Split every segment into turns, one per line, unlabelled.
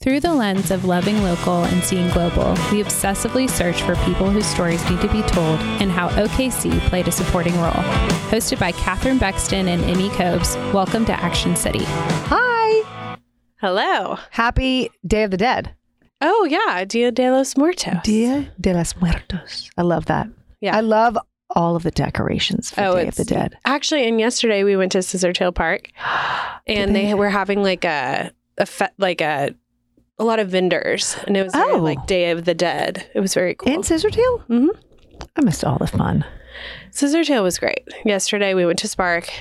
Through the lens of loving local and seeing global, we obsessively search for people whose stories need to be told and how OKC played a supporting role. Hosted by Katherine Bexton and Emmy Cobes, welcome to Action City.
Hi.
Hello.
Happy Day of the Dead.
Oh yeah, Dia de los Muertos.
Dia de los Muertos. I love that.
Yeah.
I love all of the decorations for
Oh,
Day of
it's-
the Dead.
Actually, and yesterday we went to Scissor Tail Park, and they were having like a a fe- like a a lot of vendors, and it was very,
Oh.
like Day of the Dead. It was very cool.
And Scissortail?
Mhm.
I missed all the fun.
Scissor Tail was great. Yesterday we went to Spark.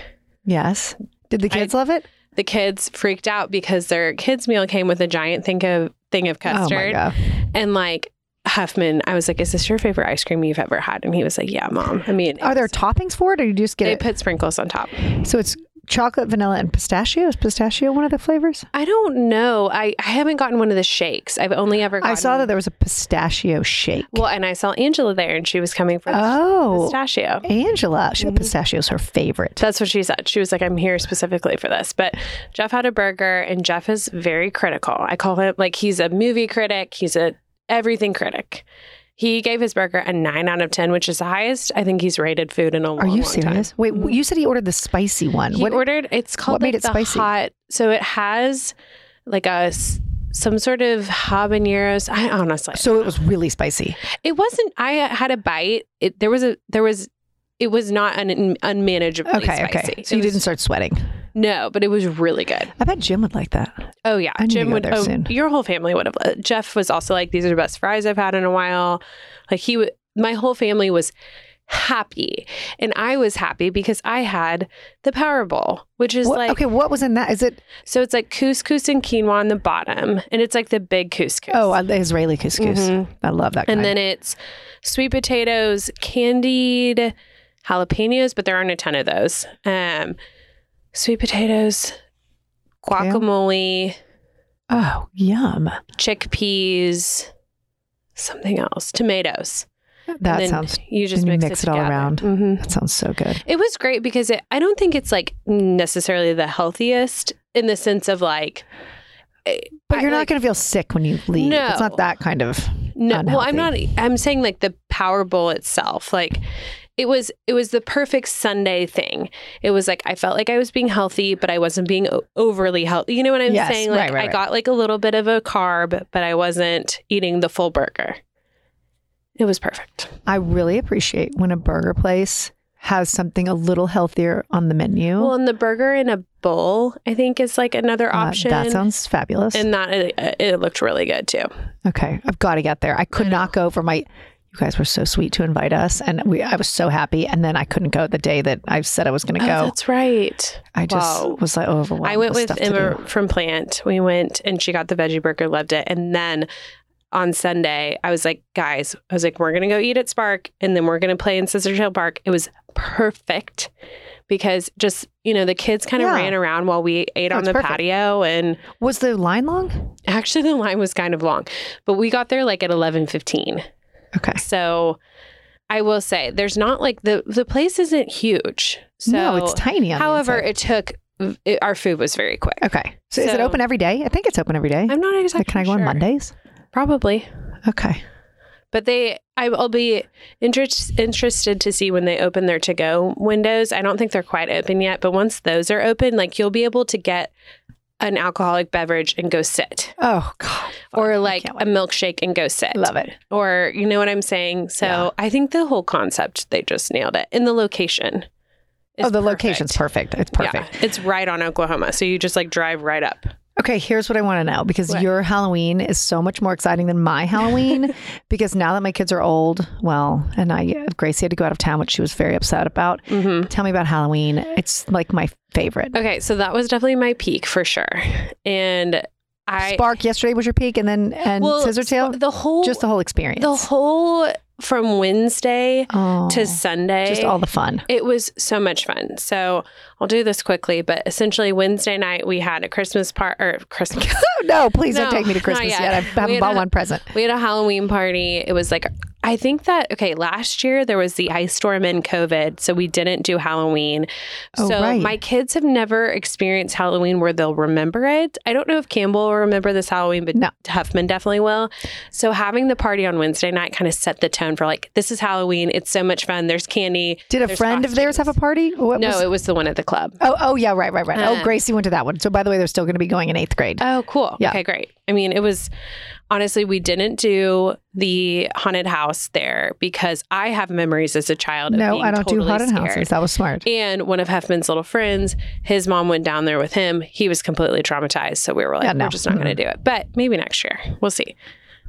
Yes. Did the kids love it?
The kids freaked out because their kids meal came with a giant thing of thing of custard,
Oh my God.
and like. Huffman, I was like, "Is this your favorite ice cream you've ever had?" And he was like, "Yeah, mom." I mean, it
Are there
was-
toppings for it or you just get
they
it?
put sprinkles on top?
so it's chocolate, vanilla, and pistachio. Is pistachio one of the flavors?
I don't know. I, I haven't gotten one of the shakes. I've only ever gotten
I saw that there was a pistachio shake.
Well, and I saw Angela there and she was coming for the
oh.
pistachio.
Angela.
mm-hmm.
She, Pistachio's her favorite.
That's what she said. She was like, I'm here specifically for this. But Jeff had a burger and Jeff is very critical. I call him like he's a movie critic, he's a everything critic. He gave his burger a nine out of ten, which is the highest I think he's rated food in a long
Are you
long time. Mm-hmm.
serious? Wait, you said he ordered the spicy one.
He
What-
ordered. It's called
what made
like,
it
the
spicy?
hot. So it has like a s- some sort of habaneros. I honestly,
so it was really spicy.
it wasn't. I had a bite. It there was a there was. It was not un, unmanageably
Okay,
spicy.
okay. So
It
you
was-
didn't start sweating.
No, but it was really good.
I bet Jim would like that.
Oh yeah,
I need to
Jim
go
would.
there
oh,
soon.
Your whole family would have. uh, Jeff was also like, these are the best fries I've had in a while. Like he would. My whole family was happy, and I was happy because I had the Powerball, which is
What-
like
okay, what was in that? Is it?
So it's like couscous and quinoa on the bottom, and it's like the big couscous.
Oh, uh, the Israeli couscous.
Mhm.
I love that.
and
kind.
then it's sweet potatoes, candied jalapenos, but there aren't a ton of those. Um, sweet potatoes, guacamole,
oh, yum.
chickpeas, something else, tomatoes.
That
and then
sounds.
You just
and you
mix,
mix it
it,
all
together.
around.
Mhm.
That sounds so good.
It was great because it, I don't think it's like necessarily the healthiest in the sense of like.
But
I-
you're not
like-
going to feel sick when you leave. It's
No.
not that kind of.
No, well, I'm not.
unhealthy.
I'm saying like the Power Bowl itself, like it was. It was the perfect Sunday thing. It was like I felt like I was being healthy, but I wasn't being o- overly healthy. You know what I'm
Yes,
saying? Like
right, right,
I
right.
got like a little bit of a carb, but I wasn't eating the full burger. It was perfect.
I really appreciate when a burger place has something a little healthier on the menu.
Well, and the burger in a bowl, I think, is like another
Oh. Uh,
option.
that sounds fabulous.
and that it, it looked really good too.
Okay, I've got to get there. I could not go for my. You guys were so sweet to invite us, and we. I was so happy, and then I couldn't go the day that I said I was going to
Oh,
go.
that's right.
I just
wow.
was like overwhelmed.
I went with
stuff to
Emma
do.
from Plant. We went and she got the veggie burger, loved it. And then on Sunday, I was like, guys, I was like, we're going to go eat at Spark and then we're going to play in Sister Tail Park. It was perfect because just, you know, the kids kind of
Yeah.
ran around while we ate
Oh,
on
it's
the
perfect.
patio and
Was the line long?
actually the line was kind of long, but we got there like at 11:15.
Okay.
So I will say there's not like the the place isn't huge. So
no, it's tiny. On the
however,
inside.
it took it, our food was very quick.
okay. So, is it
so-
open every day? I think it's open every day.
I'm not exactly
Like, can I go on
sure.
Mondays?
Probably.
Okay.
But they, I- I'll be interest, interested to see when they open their to go windows. I don't think they're quite open yet, but once those are open, like you'll be able to get an alcoholic beverage and go sit,
Oh God.
or
I
like
can't
a
wait.
milkshake and go sit.
love it.
Or, you know what I'm saying? So
Yeah.
I think the whole concept, they just nailed it. And the location. is
Oh, the location's perfect. It's perfect.
Yeah, it's right on Oklahoma. So you just like drive right up.
Okay, here's what I want to know because
What?
your Halloween is so much more exciting than my Halloween because now that my kids are old, well, and I Gracie had to go out of town, which she was very upset about.
Mm-hmm.
Tell me about Halloween. It's like my favorite.
Okay. So that was definitely my peak for sure. And I.
Spark yesterday was your peak, and then and Scissor Tail,
The whole
just the whole experience.
the whole from Wednesday
oh,
to Sunday.
just all the fun.
it was so much fun. So I'll do this quickly, but essentially Wednesday night we had a Christmas part or Christmas.
Oh no, please
No,
don't take me to
not
Christmas
yet.
yet. I
We
haven't
had
bought
a-
one present.
we had a Halloween party. It was like I think that okay, last year there was the ice storm and COVID, so we didn't do Halloween.
Oh,
so
right.
my kids have never experienced Halloween where they'll remember it. I don't know if Campbell will remember this Halloween, but
No.
Huffman definitely will. So having the party on Wednesday night kind of set the tone for like this is Halloween. It's so much fun. There's candy.
Did a
There's
friend of theirs have a
costumes.
party? What
No,
was-
it was the one at the club.
oh, oh, yeah, right, right, right. oh,
Uh,
Gracie went to that one. So, by the way, they're still going to be going in eighth grade.
Oh, cool.
Yeah.
Okay, great. I mean, it was honestly, we didn't do the haunted house there because I have memories as a child. Of
no,
being
I don't
totally
do haunted
scared.
houses. That was smart.
And one of Huffman's little friends, his mom went down there with him. He was completely traumatized. So we were like,
Yeah, no.
we're just not going to do it. But maybe next year. We'll see.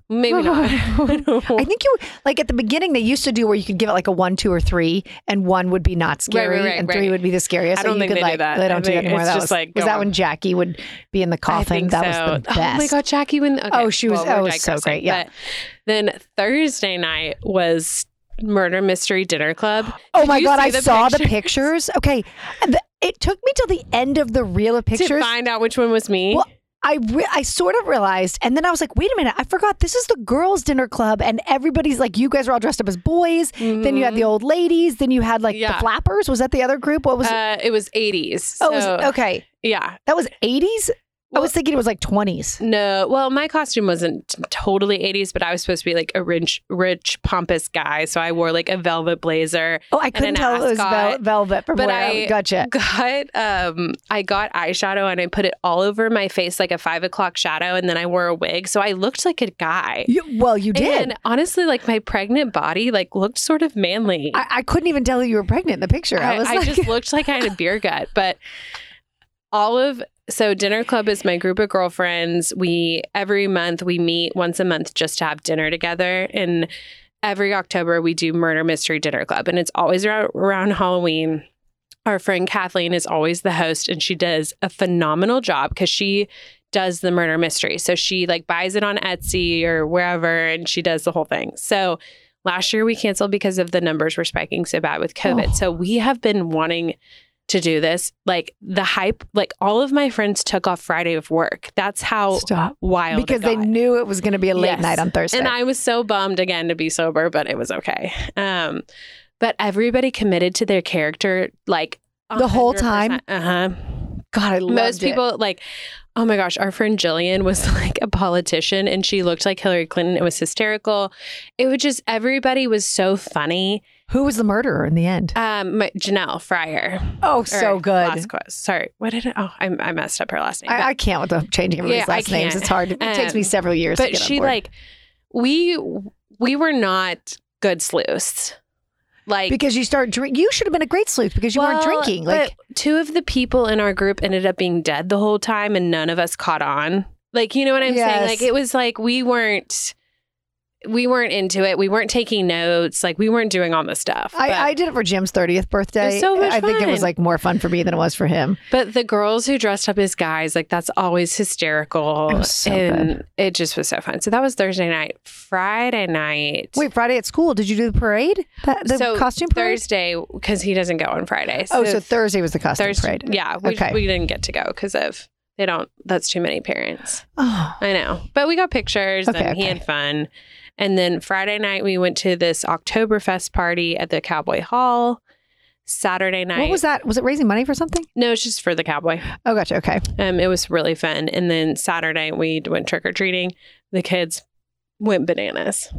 Maybe not. I don't know.
I think you like at the beginning they used to do where you could give it like a one, two, or three, and one would be not scary,
right,
and
right.
three would be the scariest.
I don't
so you
think
could,
they do
like,
that.
They don't
I
do that
think
anymore.
it's
that
just
was,
like,
was
go
that
on.
when Jackie would be in the
I
coffin?
think
That
so.
was the best.
Oh my god, Jackie when okay,
Oh, she was-
well, we're
oh, it was so
digressing.
great, yeah.
But then Thursday night was Murder Mystery Dinner Club.
Oh
Did
my
you
god,
see
I saw the
picture
pictures. Okay, And the- it took me till the end of the reel of
to
pictures.
find out which one was me.
Well, I re- I sort of realized, and then I was like, wait a minute, I forgot this is the girls' dinner club, and everybody's like, you guys are all dressed up as boys. Then you had the old ladies. Then you had like the
Mm-hmm. Yeah.
flappers. Was that the other group? What was? it?
uh, it was 80s.
oh,
So,
it was, okay,
yeah.
that was eighties. I
Well-
was thinking it was like twenties.
No, well, my costume wasn't t- totally 80s, but I was supposed to be like a rich, rich, pompous guy. So I wore like a velvet blazer.
Oh, I couldn't
an
tell it was vel-
ascot.
velvet from
But
where I
I-
gotcha.
Got um, I got eyeshadow and I put it all over my face like a five o'clock shadow, and then I wore a wig, so I looked like a guy.
You, well, you did.
And honestly, like my pregnant body, like looked sort of manly.
I, I couldn't even tell you were pregnant in the picture. I,
I,
was
I
like,
just looked like I had a beer gut, but all of so dinner club is my group of girlfriends. We every month we meet once a month just to have dinner together and every October we do murder mystery dinner club and it's always around, around Halloween. Our friend Kathleen is always the host and she does a phenomenal job cuz she does the murder mystery. So she like buys it on Etsy or wherever and she does the whole thing. So last year we canceled because of the numbers were spiking so bad with COVID.
Oh.
So we have been wanting to do this. Like the hype, like all of my friends took off Friday of work. That's how
stop.
wild it
Because they
got.
knew it was going to be a late
Yes.
night on Thursday.
And I was so bummed again to be sober, but it was okay. Um, but everybody committed to their character like
The whole time?
Uh huh.
God, I loved
Most
it.
people like, oh my gosh, our friend Jillian was like a politician and she looked like Hillary Clinton. It was hysterical. It was just everybody was so funny.
Who was the murderer in the end?
Um, my- Janelle Fryer,
Oh,
or
so good.
Lasquez. Sorry, what did I? Oh, I, I messed up her last name.
I, I can't with the changing everybody's
Yeah, I
last names.
can't.
It's hard. It takes
Um,
me several years. to
but
get on
she
board.
like we we were not good sleuths. Like
because you start drink. You should have been a great sleuth because you weren't
Well,
drinking. Like
but two of the people in our group ended up being dead the whole time, and none of us caught on. Like, you know what I'm saying?
Yes.
Like, it was like we weren't, we weren't into it. We weren't taking notes. Like, we weren't doing all this stuff. but,
I, I did it for Jim's thirtieth birthday.
so much
I think it was
fun.
like more fun for me than it was for him.
but the girls who dressed up as guys, like that's always hysterical,
It was so
and it just was so fun. So that was Thursday night. Friday night.
Wait, Friday at school, did you do the parade? That, the
so
costume parade.
Thursday because he doesn't go on Friday.
oh, so Thursday was the costume
Thursday.
parade.
Yeah, we,
Okay.
we didn't get to go because of they don't. That's too many parents.
Oh,
I know. But we got pictures
Okay,
and he
okay.
had fun. And then Friday night, we went to this Oktoberfest party at the Cowboy Hall. Saturday night.
what was that? Was it raising money for something?
No, it's just for the cowboy.
Oh, gotcha. Okay.
Um, it was really fun. And then Saturday, we went trick or treating. The kids went bananas.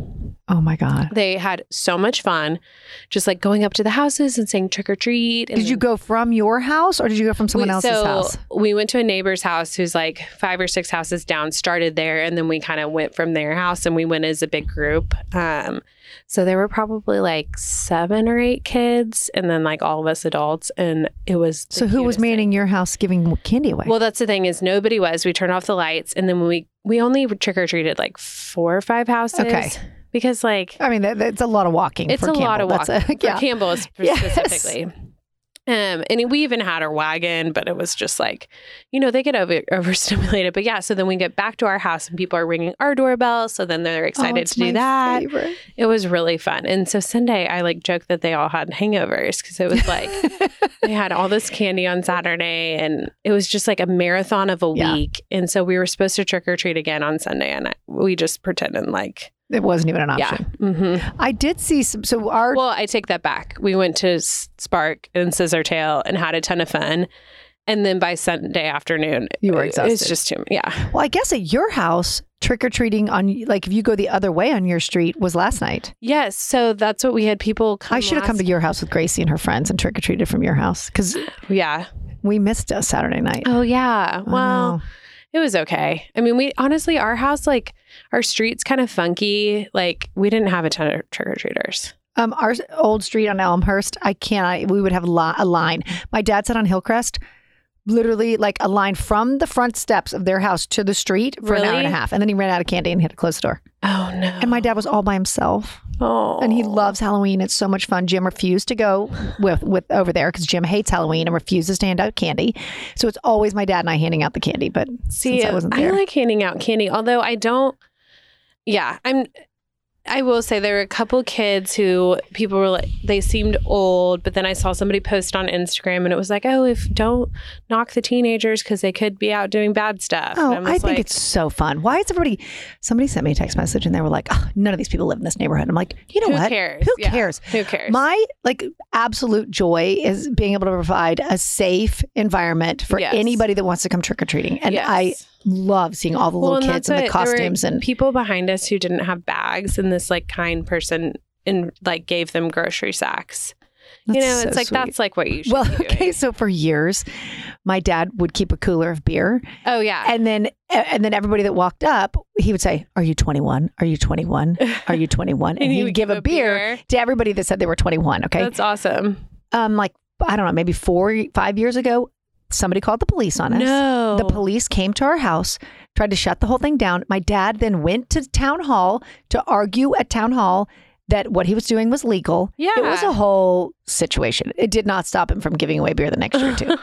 Oh my God.
They had so much fun, just like going up to the houses and saying trick or treat. and
Did you
then-
go from your house or did you go from someone
we,
else's
so
house?
We went to a neighbor's house who's like five or six houses down, started there, and then we kind of went from their house and we went as a big group. Um, so there were probably like seven or eight kids, and then like all of us adults, and it was the
So who was
cutest thing.
manning your house giving candy away?
Well, that's the thing is nobody was. We turned off the lights, and then we we only trick or treated like four or five houses.
Okay.
because like
I mean, that, that's a lot of walking.
it's
for
a lot of
Campbell.
walking
That's a-
for
yeah.
Campbell
Yes.
specifically. Um, and we even had our wagon, but it was just like, you know, they get over overstimulated. But yeah, so then we get back to our house and people are ringing our doorbell. So then
Oh,
they're excited to do that. It was really fun. And so Sunday, I like joked that they all had hangovers because it was like they had all this candy on Saturday and it was just like a marathon of a
Yeah.
week. And so we were supposed to trick or treat again on Sunday, and I, we just pretended like
It wasn't even an
Yeah.
option.
hmm
I did see some. So our
Well, I take that back. We went to S- Spark and Scissortail and had a ton of fun. And then by Sunday afternoon,
You were
it-
exhausted.
It's just too, yeah.
Well, I guess at your house, trick or treating on like if you go the other way on your street was last night.
Yes. So that's what we had people come.
I should have come to your house with Gracie and her friends and trick or treated from your house because
to. Yeah.
we missed a Saturday night.
Oh, yeah.
I
Well,
know.
it was okay. I mean, we honestly, our house, like, our street's kind of funky. Like, we didn't have a ton of trick or treaters.
um, our old street on Elmhurst, I can't. I, we would have li- a line. My dad said on Hillcrest, literally like a line from the front steps of their house to the street for an hour and a
Really?
half, and then he ran out of candy and he had to close the door.
Oh, no.
And my dad was all by himself.
oh.
and he loves Halloween. It's so much fun. Jim refused to go with with over there because Jim hates Halloween and refuses to hand out candy. So it's always my dad and I handing out the candy. But
See,
since I
I,
wasn't there,
like handing out candy, although I don't. Yeah, I'm. I will say there were a couple kids who people were like they seemed old, but then I saw somebody post on Instagram and it was like, oh, if don't knock the teenagers because they could be out doing bad stuff.
oh,
and I'm
I
just
think
like,
it's so fun. Why is everybody? Somebody sent me a text message and they were like, oh, "None of these people live in this neighborhood." I'm like, you know
who
what?
cares?
Who
Yeah.
cares?
Who cares?
My like absolute joy is being able to provide a safe environment for
Yes.
anybody that wants to come trick or treating, and I
Yes.
love seeing all the
Well,
little kids
that's
and the
what- there were
costumes and
people behind us who didn't have bags, and this like kind person and like gave them grocery sacks. You
That's
know,
so
it's like
sweet.
that's like what you should
Well,
be doing.
okay, so for years, my dad would keep a cooler of beer,
Oh yeah.
and then and then everybody that walked up, he would say, "Are you 21? Are you 21? Are you 21?" And, he would give a beer, to everybody that said they were 21. Okay,
That's awesome.
um, like I don't know, maybe four, five years ago, somebody called the police on us.
No.
The police came to our house, tried to shut the whole thing down. My dad then went to town hall to argue at town hall that what he was doing was legal. It was
Yeah.
a whole situation. It did not stop him from giving away beer the next year, too.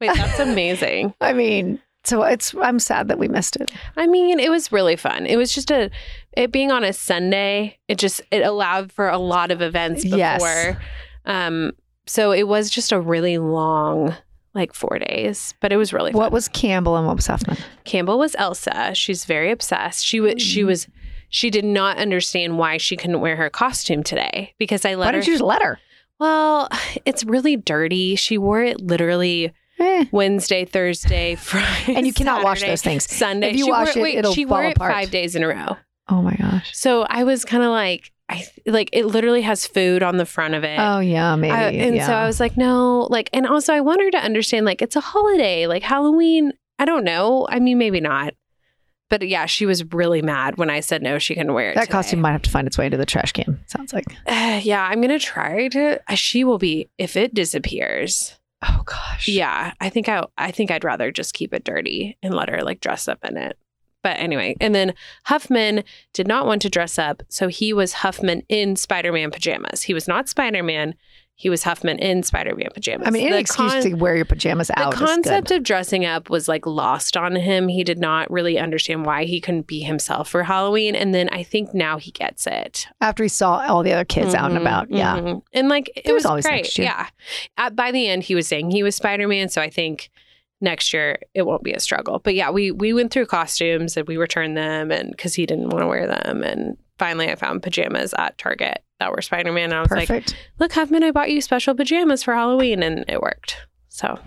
Wait, that's amazing.
I mean, so it's I'm sad that we missed it.
I mean, it was really fun. It was just a it being on a Sunday, it just it allowed for a lot of events before.
Yes.
Um so it was just a really long like 4 days, but it was really fun.
What was Campbell and what was Huffman?
Campbell was Elsa. She's very obsessed. She
Hmm.
was she was she did not understand why she couldn't wear her costume today because I
Why
let her
don't you just let her?
Well, it's really dirty. She wore it literally
Eh.
Wednesday, Thursday, Friday.
And you cannot wash
Saturday,
those things.
Sunday.
If you
she
wash
wore,
it,
wait,
it'll
she
fall
wore
apart.
it five days in a row.
Oh my gosh.
So I was kind of like, I th- like it literally has food on the front of it.
Oh yeah, maybe.
I- and
yeah.
so I was like, no, like, and also I want her to understand, like, it's a holiday, like Halloween. I don't know. I mean, maybe not. But yeah, she was really mad when I said no, she couldn't wear it.
that
today.
costume might have to find its way into the trash can. Sounds like.
yeah, I'm gonna try to. She will be if it disappears.
Oh gosh.
Yeah, I think I I think I'd rather just keep it dirty and let her like dress up in it. But anyway, and then Huffman did not want to dress up, so he was Huffman in Spider-Man pajamas. He was not Spider-Man, he was Huffman in Spider-Man pajamas.
I mean, any
The
excuse
con-
to wear your pajamas out
the
is
concept
good.
of dressing up was like lost on him. He did not really understand why he couldn't be himself for Halloween. And then I think now he gets it.
After he saw all the other kids out and
Mhm,
about, yeah.
mhm. And like it
There's
was
always
great.
next year.
Yeah. At, by the end, he was saying he was Spider Man, so I think next year it won't be a struggle. But yeah, we we went through costumes and we returned them, and because he didn't want to wear them, and finally I found pajamas at Target that were Spider Man, and I was like,
Perfect.
"Look, Huffman, I bought you special pajamas for Halloween," and it worked. So,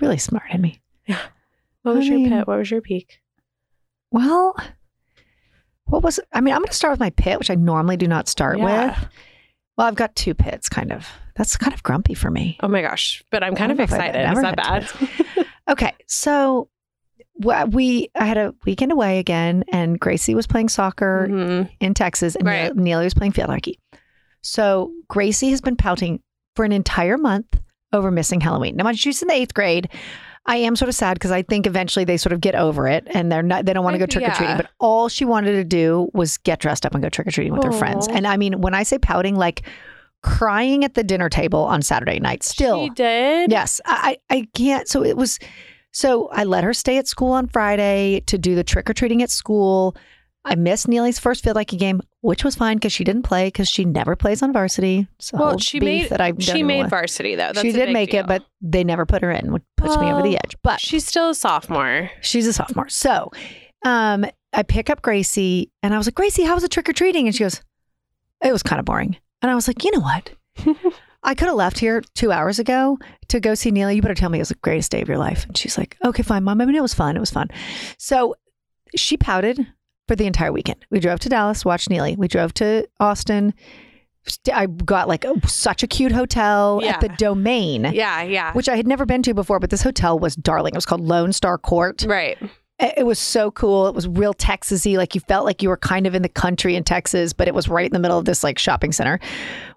really smart of me.
what was
I
your
mean-
pet? What was your peak?
Well, what was? I mean, I'm going to start with my pit, which I normally do not start
Yeah.
with. Well, I've got two pits, kind of. That's kind of grumpy for me.
Oh my gosh! But I'm kind
I
of
don't know if I've
excited. Is
ever
that
had
bad?
Okay, so wh- we I had a weekend away again, and Gracie was playing soccer
Mhm.
in Texas, and
Right.
Neil Neely was playing field hockey. So Gracie has been pouting for an entire month over missing Halloween. Now, mind you, she's in the eighth grade. I am sort of sad because I think eventually they sort of get over it and they're not they don't want to go
I-
trick or treating.
yeah.
But all she wanted to do was get dressed up and go trick or treating with her friends.
Aw.
And I mean, when I say pouting, like crying at the dinner table on Saturday night, still
She did.
Yes, I I I can't. So it was. So I let her stay at school on Friday to do the trick or treating at school. I missed Neely's first field hockey game, which was fine because she didn't play because she never plays on varsity. So
Well, she made
that I don't
she
even
made
want-
varsity though. That's
she
a
did
big
make
deal.
it, but they never put her in, which puts me over the
Well,
edge. But
She's still a sophomore.
she's a sophomore, so um, I pick up Gracie and I was like, Gracie, how was the trick or treating? And she goes, it was kind of boring. And I was like, you know what? I could have left here two hours ago to go see Neely. You better tell me it was the greatest day of your life. And she's like, okay, fine, mom. I mean, it was fun. It was fun. So she pouted for the entire weekend. We drove to Dallas, watched Neely. We drove to Austin. I got like a, such a cute hotel
Yeah.
at the Domain,
Yeah, yeah.
which I had never been to before, but this hotel was darling. It was called Lone Star Court.
right.
It it was so cool. It was real Texasy. Like you felt like you were kind of in the country in Texas, but it was right in the middle of this like shopping center.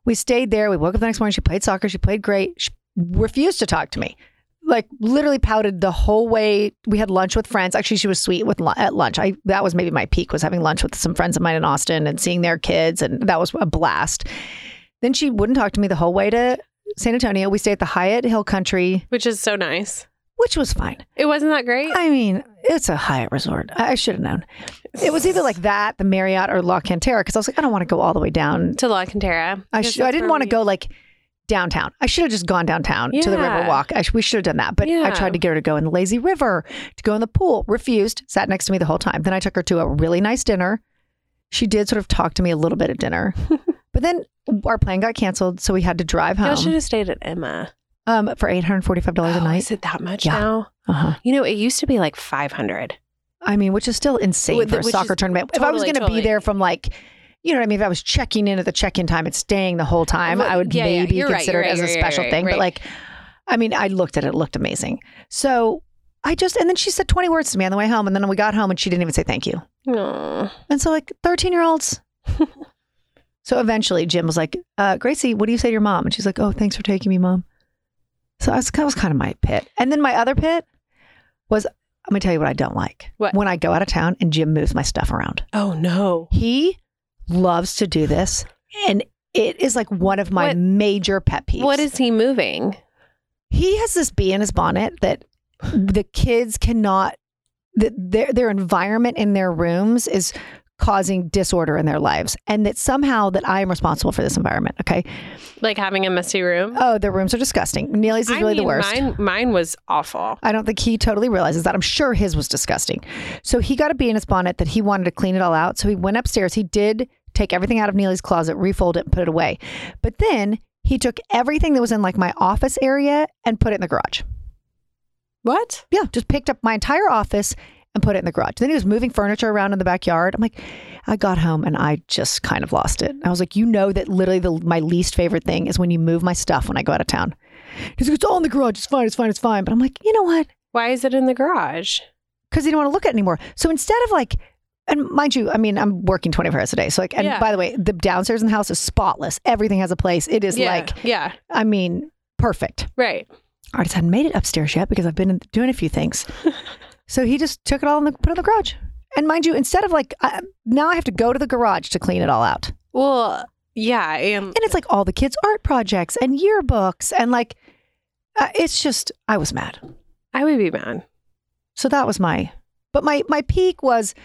We stayed there. We woke up the next morning. She played soccer. She played great. She refused to talk to me. Like literally pouted the whole way. We had lunch with friends. Actually, she was sweet with lu- at lunch. I that was maybe my peak was having lunch with some friends of mine in Austin and seeing their kids, and that was a blast. Then she wouldn't talk to me the whole way to San Antonio. We stayed at the Hyatt Hill Country,
Which is so nice.
which was fine.
It wasn't that great.
I mean, it's a Hyatt resort. I, I should have known. It was either like that, the Marriott, or La Cantera, because I was like, I don't want to go all the way down.
to La Cantera.
I
Because
sh- I
that's
didn't
where
want to
we-
go like downtown. I should have just gone downtown to the
Yeah.
River Walk. I sh- we should have done that, but I
Yeah.
tried to get her to go in the lazy river, to go in the pool. Refused. Sat next to me the whole time. Then I took her to a really nice dinner. She did sort of talk to me a little bit at dinner, but then our plan got canceled, so we had to drive
Y'all should
home
have stayed at Emma.
um, for eight hundred forty-five dollars a
Oh,
night.
Is it that much
Yeah.
now?
Uh-huh.
You know, it used to be like 500.
I mean, which is still insane
With-
for a
which
soccer
is
tournament. if I was
totally,
going to
totally.
be there from like, you know what I mean? If I was checking in at the check-in time and staying the whole time,
Well,
I would
yeah, yeah.
maybe
You're right,
consider
you're
it
right,
as a
you're right,
special
you're
thing. But
right.
like, I mean, I looked at it; it looked amazing. So I just, and then she said twenty words to me on the way home, and then we got home, and she didn't even say thank you.
Oh.
And so, like, thirteen-year-olds. so eventually, Jim was like, uh, "Gracie, what do you say to your mom?" And she's like, "Oh, thanks for taking me, mom." So that's- that was kind of my pit. And then my other pit was, I'm gonna tell you what I don't like.
What?
When I go out of town and Jim moves my stuff around.
Oh, no.
He loves to do this, and it is like one of my
What-
major pet peeves.
What is he moving?
He has this bee in his bonnet that the kids cannot. That their their environment in their rooms is causing disorder in their lives, and that somehow that I am responsible for this environment. Okay.
Like having a messy room?
Oh, their rooms are disgusting. Neely's is
I
really the
mean,
worst.
Mine, mine was awful.
I don't think he totally realizes that. I'm sure his was disgusting. So he got a bee in his bonnet that he wanted to clean it all out. So he went upstairs. He did take everything out of Neely's closet, refold it, and put it away. But then he took everything that was in like my office area and put it in the garage.
What?
Yeah, just picked up my entire office and put it in the garage. Then he was moving furniture around in the backyard. I'm like, I got home and I just kind of lost it. I was like, you know that literally the, my least favorite thing is when you move my stuff when I go out of town. He's like, it's all in the garage. It's fine. It's fine. It's fine. But I'm like, you know what?
Why is it in the garage?
because he didn't want to look at it anymore. So instead of like, and mind you, I mean, I'm working 24 hours a day. So like, and
Yeah.
by the way, the downstairs in the house is spotless. Everything has a place. It is
yeah.
like,
yeah.
I mean, perfect.
Right.
I just hadn't made it upstairs yet because I've been in- doing a few things. so he just took it all in the, put it in the garage. And mind you, instead of like, I, now I have to go to the garage to clean it all out.
Well, yeah. And
And it's like all the kids' art projects and yearbooks. And like, uh, it's just, I was mad.
I would be mad.
So that was my but my my peak was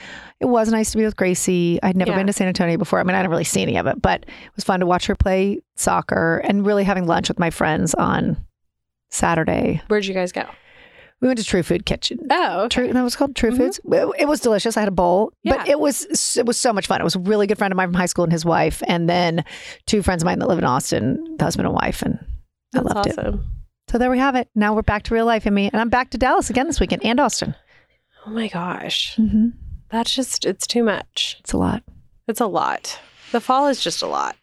it was nice to be with Gracie. I'd never
Yeah.
been to San Antonio before. I mean, I didn't really see any of it, but it was fun to watch her play soccer and really having lunch with my friends on Saturday.
Where'd you guys go?
We went to True Food Kitchen.
Oh,
True, that was called True
Mhm.
Foods. It, it was delicious. I had a bowl, but
Yeah.
it was it was so much fun. It was a really good friend of mine from high school and his wife, and then two friends of mine that live in Austin, the husband and wife, and
that's
I loved it.
awesome.
So there we have it. Now we're back to real life, Emmy, and I'm back to Dallas again this weekend and Austin.
Oh my gosh.
Mm-hmm.
That's just, it's too much.
It's a lot.
It's a lot. The fall is just a lot.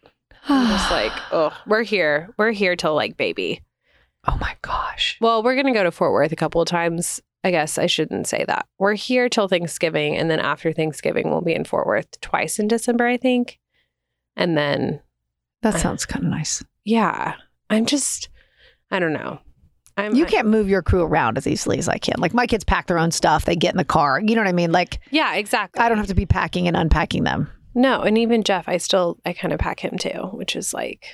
I'm just like, oh, we're here. We're here till like baby.
Oh my gosh.
Well, we're going to go to Fort Worth a couple of times. I guess I shouldn't say that. We're here till Thanksgiving. And then after Thanksgiving, we'll be in Fort Worth twice in December, I think. And then,
That sounds kind of nice.
yeah, I'm just, I don't know. I'm,
You can't move your crew around as easily as I can. Like my kids pack their own stuff, they get in the car. You know what I mean? Like
yeah, exactly.
I don't have to be packing and unpacking them.
No, and even Jeff, I still I kind of pack him too, which is like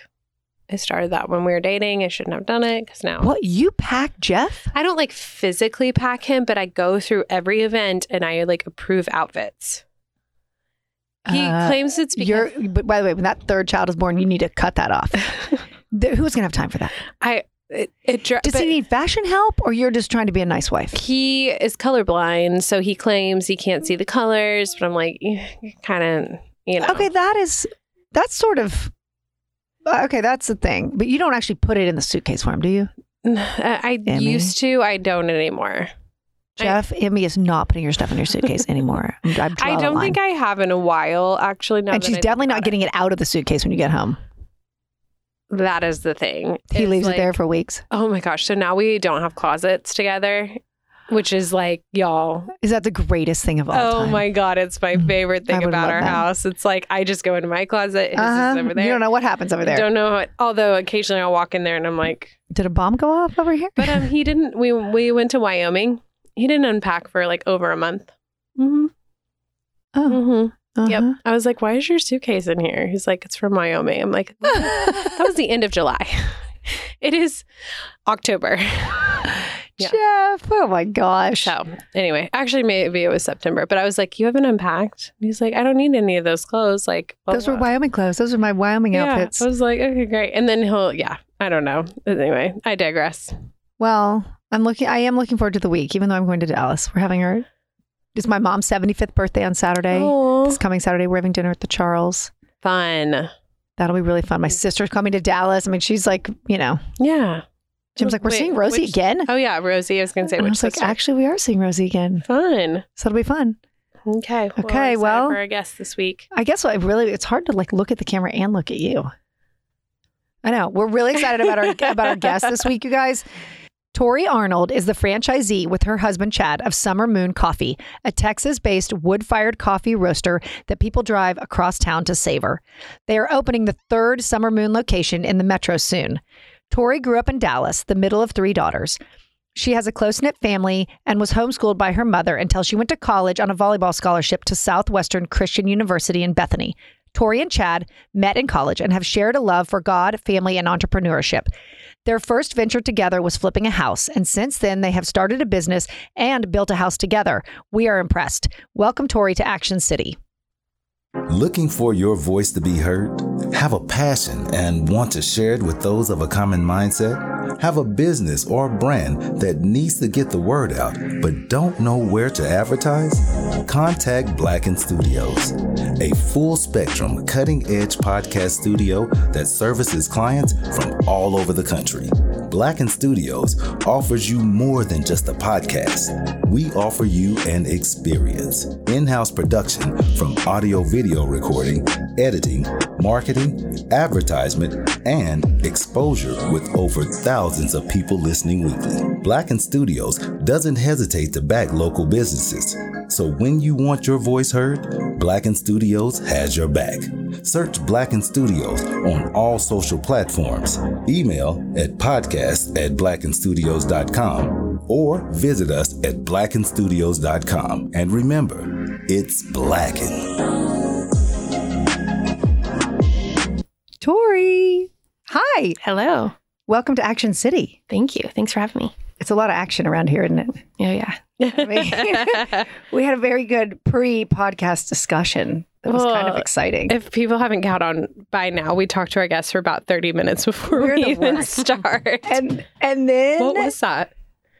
I started that when we were dating. I shouldn't have done it because now
What you pack, Jeff?
I don't like physically pack him, but I go through every event and I like approve outfits. He
Uh,
claims it's
You're
because
but by the way, when that third child is born, you need to cut that off. There- Who's gonna have time for that?
I it, it dri-
Does
but-
he need fashion help or you're just trying to be a nice wife?
he is colorblind, so he claims he can't see the colors. But I'm like, kind of, you know.
Okay, that is that's sort of uh, okay, that's the thing. But you don't actually put it in the suitcase for him, do you?
I, I
Emmy.
used to. I don't anymore. I-
Jeff, Emmy is not putting your stuff in your suitcase anymore. I'm, I'm
I don't think I have in a while, actually. Now
and
that
she's
I think
definitely not
about
getting it out of the suitcase when you get home.
it. That is the thing.
He
It's
leaves
like-
it there for weeks.
Oh my gosh! So now we don't have closets together, which is like y'all.
Is that the greatest thing of all
oh
time?
my god! It's my
Mm.
favorite
I
thing
would
about
love
our
that.
house. It's like I just go into my closet. His is
Uh-huh.
over there.
You don't know what happens over there.
Don't know. What, although occasionally I'll walk in there and I'm like,
Did a bomb go off over here?
But um, he didn't. We we went to Wyoming. He didn't unpack for like over a month. Mm-hmm.
Oh,
Mm-hmm.
uh-huh.
Yep. I was like, "Why is your suitcase in here?" He's like, "It's from Wyoming." I'm like, "That was the end of July. It is October." Yeah.
Jeff, oh my gosh.
So anyway, actually, maybe it was September. But I was like, "You haven't unpacked." And he's like, "I don't need any of those clothes." Like blah,
Those were
blah.
Wyoming clothes. Those are my Wyoming
Yeah.
outfits.
I was like, "Okay, great." And then he'll, yeah, I don't know. Anyway, I digress.
Well, I'm looking. I am looking forward to the week, even though I'm going to Dallas. We're having our. It's my mom's 75th birthday on Saturday.
Oh,
This coming Saturday, we're having dinner at the Charles.
fun.
That'll be really
Mm.
fun. My sister's coming to Dallas. I mean, she's like, you know,
Yeah.
Jim's like, we're
Wait,
seeing Rosie
which-
again.
Oh yeah, Rosie. I was gonna say
And I
which
was like,
sister.
actually, we are seeing Rosie again.
Fun.
So it'll be fun.
Okay.
Okay, well-
for a guest this week.
I guess I really it's hard to like look at the camera and look at you. I know. We're really excited about our about our guest this week, you guys. Tori Arnold is the franchisee with her husband Chad of Summer Moon Coffee, a Texas-based wood-fired coffee roaster that people drive across town to savor. They are opening the third Summer Moon location in the metro soon. Tori grew up in Dallas, the middle of three daughters. She has a close knit family and was homeschooled by her mother until she went to college on a volleyball scholarship to Southwestern Christian University in Bethany. Tori and Chad met in college and have shared a love for God, family, and entrepreneurship. Their first venture together was flipping a house, and since then they have started a business and built a house together. We are impressed. Welcome, Tori, to Action City.
Looking for your voice to be heard? Have a passion and want to share it with those of a common mindset? Have a business or brand that needs to get the word out but don't know where to advertise? Contact Blacken Studios, a full spectrum, cutting edge podcast studio that services clients from all over the country. Blacken Studios offers you more than just a podcast. We offer you an experience. In house production from audio video recording, editing, marketing, advertisement, and exposure with over thousands of people listening weekly. Blacken Studios doesn't hesitate to back local businesses. So when you want your voice heard, Blacken Studios has your back. Search Blacken Studios on all social platforms. Email at podcast at blackenstudios.com or visit us at blackenstudios.com. And remember, it's Blacken.
Tori, hi.
Hello.
Welcome to Action City.
Thank you. Thanks for having me.
It's a lot of action around here, isn't it?
Oh, yeah.
mean- We had a very good pre podcast discussion that was kind of
Well,
exciting.
if people haven't caught on by now, we talked to our guests for about thirty minutes before
We're
we
the
even
worst.
start.
and and then
what was that?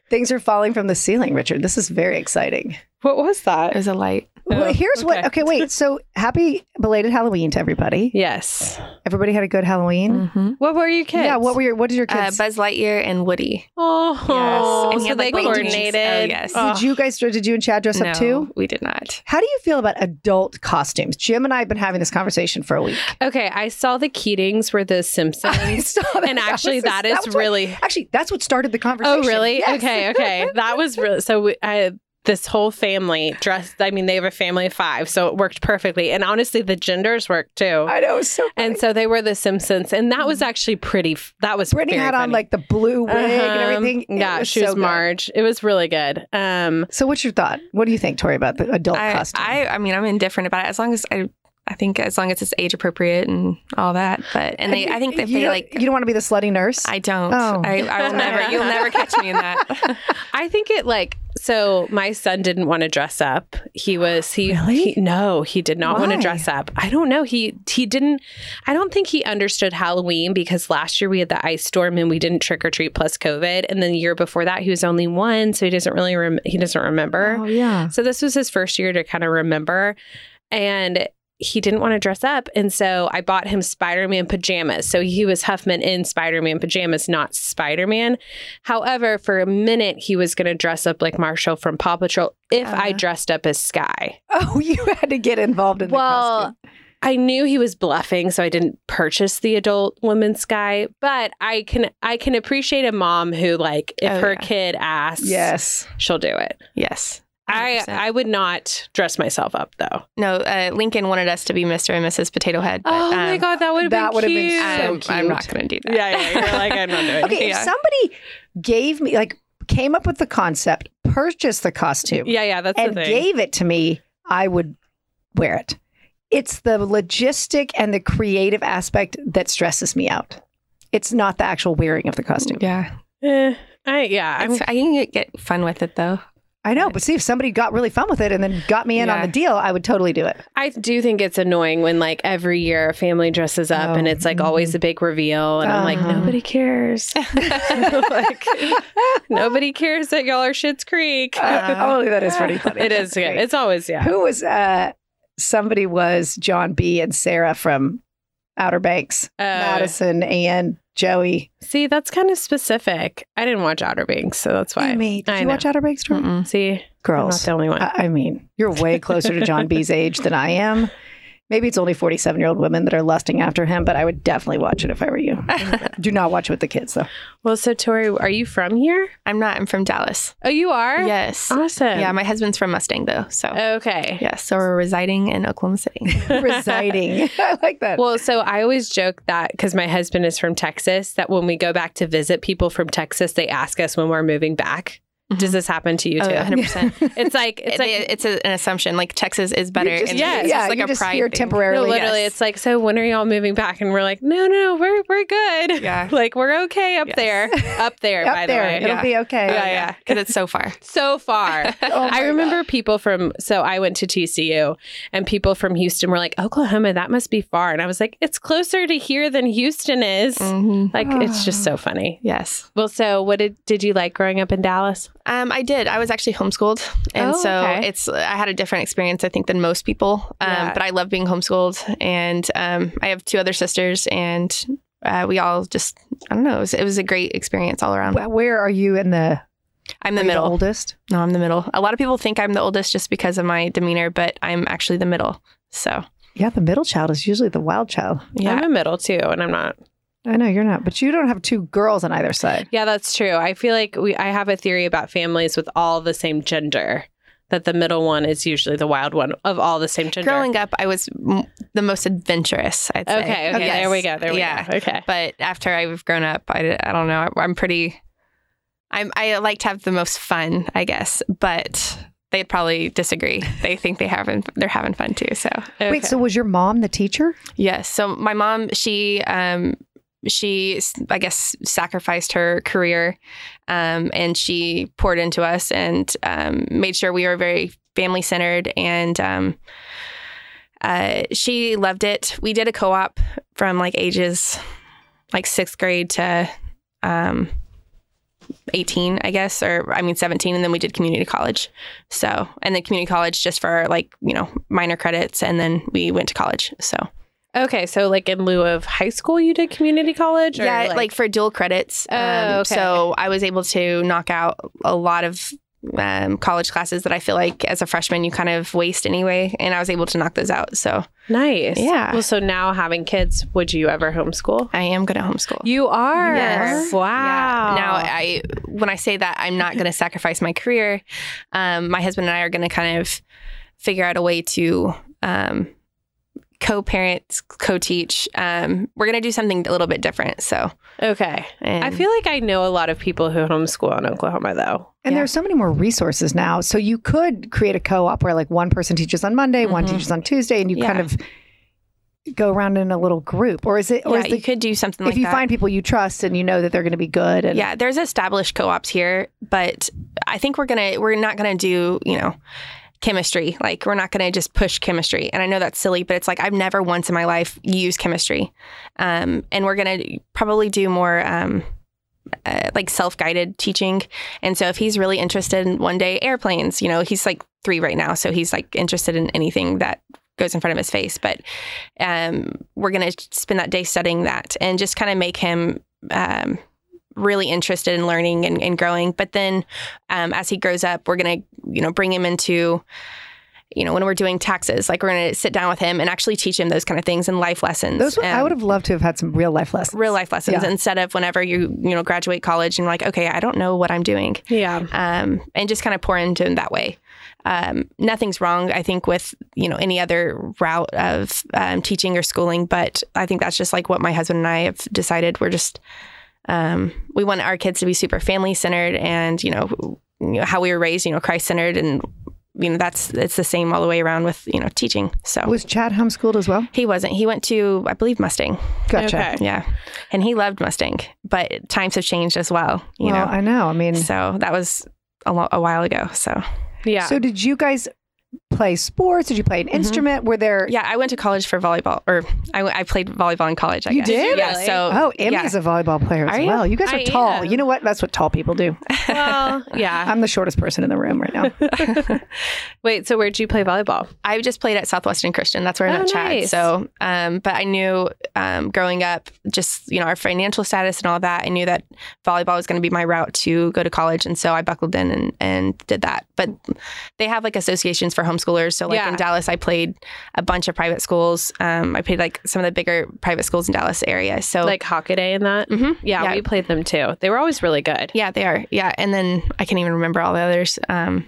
things are falling from the ceiling, Richard. This is very exciting.
What was
It
that?
was a light.
well,
Oh,
here's what.
okay.
Okay, wait. So happy belated Halloween to everybody.
Yes.
Everybody had a good Halloween.
Mm-hmm.
What were you kids?
Hmm? Yeah. What were your What did your
Uh,
kids?
Buzz Lightyear and Woody.
Oh,
Yes. And he
so
had,
they
like, balloons.
coordinated.
Oh, yes.
Oh.
did you guys? Did you and Chad dress
No,
up too?
we did not.
How do you feel about adult costumes? Jim and I have been having this conversation for a week.
Okay, I saw the Keatings were the
I
Simpsons,
saw that.
and
That
actually,
was a-
that
was
is
what-
really
actually that's what started the conversation.
Oh, really?
Yes.
Okay, okay. That was really so. We, I, this whole family dressed. I mean, they have a family of five, so it worked perfectly. And honestly, the genders worked too.
I know. It's so. funny.
And so they were the Simpsons, and that was actually pretty. f- That was
Brittany
very
had on
funny.
like the blue wig and
Uh-huh.
everything. It
Yeah, she
so
was
good.
Marge. It was really good. Um,
So, what's your thought? What do you think, Tori, about the adult
I,
costume?
I, I mean, I'm indifferent about it as long as I, I think as long as it's age appropriate and all that. But and they, I think they
you
they
don't-
like.
you don't want to be the slutty nurse.
I don't.
Oh.
I, I will never. You'll never catch me in that.
I think it like so my son didn't want to dress up. He was he,
Really?
he- no, he did not want
Why?
to dress up. I don't know. He he didn't I don't think he understood Halloween because last year we had the ice storm and we didn't trick or treat plus COVID and then the year before that he was only 1, so he doesn't really rem- he doesn't remember.
oh yeah.
So this was his first year to kind of remember and he didn't want to dress up and so I bought him Spider-Man pajamas. So he was Huffman in Spider-Man pajamas, not Spider-Man. However, for a minute he was going to dress up like Marshall from Paw Patrol if I
Uh-huh.
dressed up as Sky.
Oh, you had to get involved in the costume.
Well, I knew he was bluffing, so I didn't purchase the adult woman Sky, but I can I can appreciate a mom who like if
Oh,
her
yeah.
kid asks,
Yes.
she'll do it.
yes.
I
100%.
I would not dress myself up though.
No, uh, Lincoln wanted us to be Mr. and Mrs. Potato Head. But,
oh my
um,
god, that would have
that
been
would've
cute.
been so
I'm, I'm not going to do that.
yeah, yeah, you're like I'm not doing. it.
Okay, if
Yeah.
somebody gave me like came up with the concept, purchased the costume,
Yeah, yeah, that's
and
the thing.
gave it to me, I would wear it. It's the logistic and the creative aspect that stresses me out. It's not the actual wearing of the costume.
Yeah.
Eh, I, yeah, I'm,
It's- I can get- get fun with it though.
I know, but see, if somebody got really fun with it and then got me in on
Yeah.
the deal, I would totally do it.
I do think it's annoying when like every year a family dresses up and
Oh,
it's like always a big reveal, and I'm like
Uh-huh.
nobody cares. like nobody cares that y'all are Shit's Creek.
oh, that is pretty funny.
it is. Yeah,
Great.
it's always yeah.
Who was uh somebody was John B and Sarah from Outer Banks,
Uh,
Madison and Joey.
see, that's kind of specific. I didn't watch Outer Banks, so that's why.
You mean- Did
I
you
know.
watch Outer Banks? Jordan?
Mm-mm.
See, I'm not
Girls, Uh,
the only one.
I, I mean, you're way closer to John B's age than I am. Maybe it's only 47 year old women that are lusting after him, but I would definitely watch it if I were you. Do not watch it with the kids, though.
well, so Tori, are you from here?
I'm not. I'm from Dallas.
Oh, you are.
Yes.
Awesome. Oh.
Yeah. My husband's from Mustang though. So
Okay.
yeah. So we're residing in Oklahoma City.
Residing. I like that.
Well, so I always joke that because my husband is from Texas, that when we go back to visit people from Texas, they ask us when we're moving back. Does this happen to you
Oh,
too?
100%.
It's like it's
It's,
like
it's a, an assumption. Like Texas is better.
You just-
and
yeah,
it's
yeah,
just like
you
a
just
pride
hear
thing.
no,
temporarily.
literally,
yes.
it's like so. When are y'all moving back? And we're like, no, no, we're we're good.
Yeah.
like we're okay up
Yes.
there, up there.
Up
by
there.
the way,
It'll
yeah.
be okay.
Yeah,
Oh,
yeah.
Because it's so far.
so far.
Oh my
I remember people from so I went to TCU and people from Houston were like, Oklahoma, that must be far, and I was like, it's closer to here than Houston is.
Mm-hmm.
Like it's just so funny.
Yes.
Well, so what did did you like growing up in Dallas?
Um, I did. I was actually homeschooled, and
Oh,
so
okay.
it's I had a different experience, I think, than most people. Um,
Yeah.
But I love being homeschooled, and um, I have two other sisters, and uh, we all just I don't know. It was, it was a great experience all around.
Wh- Where are you in the,
I'm the
are you
middle.
oldest?
no, I'm the middle. A lot of people think I'm the oldest just because of my demeanor, but I'm actually the middle. So
Yeah, the middle child is usually the wild child.
yeah,
I'm a middle too, and I'm not.
I know you're not, but you don't have two girls on either side.
Yeah, that's true. I feel like we I have a theory about families with all the same gender that the middle one is usually the wild one of all the same gender.
growing up, I was m- the most adventurous. I'd say.
okay, okay,
Yes.
there we go. There we
yeah.
go. Okay.
but after I've grown up, I, I don't know. I'm pretty. I'm I like to have the most fun, I guess, but they'd probably disagree. They think they having they're having fun too. So
Wait, so was your mom the teacher?
yes. So my mom, she um she I guess sacrificed her career, um and she poured into us and um made sure we were very family centered and um. Uh, she loved it. We did a co-op from like ages like sixth grade to um 18 i guess or i mean 17 and then we did community college so and then community college just for like you know minor credits and then we went to college so
okay, so like in lieu of high school, you did community college? Or
yeah like, for dual credits um,
Oh, okay.
so i was able to knock out a lot of um, college classes that i feel like as a freshman you kind of waste anyway and i was able to knock those out so
nice.
Yeah.
Well, so now having kids, would you ever homeschool?
i am going to homeschool
You are.
Yes.
Wow.
Yeah. Now, I when I say that, I'm not going to sacrifice my career. Um, my husband and I are going to kind of figure out a way to um, co-parent, co-teach. Um, we're going to do something a little bit different. So,
okay.
and
I feel like I know a lot of people who homeschool in Oklahoma, though.
And
Yeah.
there's so many more resources now. So you could create a co-op where like one person teaches on Monday, one
Mhm.
teaches on Tuesday, and you kind
Yeah.
of go around in a little group, or is it? Or
yeah,
is
you
the,
could do something
if
like
you
that.
find people you trust and you know that they're going to be good, and
yeah, there's established co-ops here, but I think we're gonna we're not gonna do you know chemistry. Like we're not gonna just push chemistry. And I know that's silly, but it's like I've never once in my life used chemistry. Um, and we're gonna probably do more um, uh, like self-guided teaching. And so if he's really interested in one day airplanes, you know, he's like three right now, so he's like interested in anything that goes in front of his face. But um, we're gonna spend that day studying that and just kind of make him. Um, really interested in learning and, and growing. But then um, as he grows up, we're going to, you know, bring him into, you know, when we're doing taxes, like we're going to sit down with him and actually teach him those kind of things and life lessons.
those were- I
Um,
would have loved to have had some real life lessons.
real life lessons
Yeah.
instead of whenever you, you know, graduate college and you're like, okay, I don't know what I'm doing
Yeah.
um, and just kind of pour into him that way. Um, nothing's wrong, I think, with you know any other route of um, teaching or schooling, but I think that's just like what my husband and I have decided. We're just um, we want our kids to be super family centered, and you know, you know how we were raised, you know, Christ centered, and you know that's it's the same all the way around with you know teaching. So
Was Chad homeschooled as well?
he wasn't. He went to I believe Mustang,
Gotcha.
Okay.
yeah, and he loved Mustang, but times have changed as well. You
well,
know,
I know. I mean,
so that was a, lo- a while ago. So
Yeah.
so did you guys play sports? Did you play an instrument? Were there?
yeah, I went to college for volleyball, or I, I played volleyball in college. I
You
guess.
did?
Yeah.
Really?
So
Oh, Emmy's
yeah.
a volleyball player as
Are you?
well. You guys are
I
tall.
am.
You know what? That's what tall people do.
well, yeah.
I'm the shortest person in the room right now.
Wait, so where'd you play volleyball?
I just played at Southwestern Christian. That's where I
Oh,
met Chad.
nice.
So, um, but I knew um, growing up, just you know, our financial status and all that. I knew that volleyball was going to be my route to go to college, and so I buckled in and, and did that. But they have like associations for homeschoolers. So, like
Yeah.
in Dallas, I played a bunch of private schools. Um, I played like some of the bigger private schools in Dallas area. So,
Like hockey day and that?
Mhm.
Yeah,
Oh. Yeah.
we played them too. They were always really good.
Yeah, they are. Yeah, and then I can't even remember all the others. Um,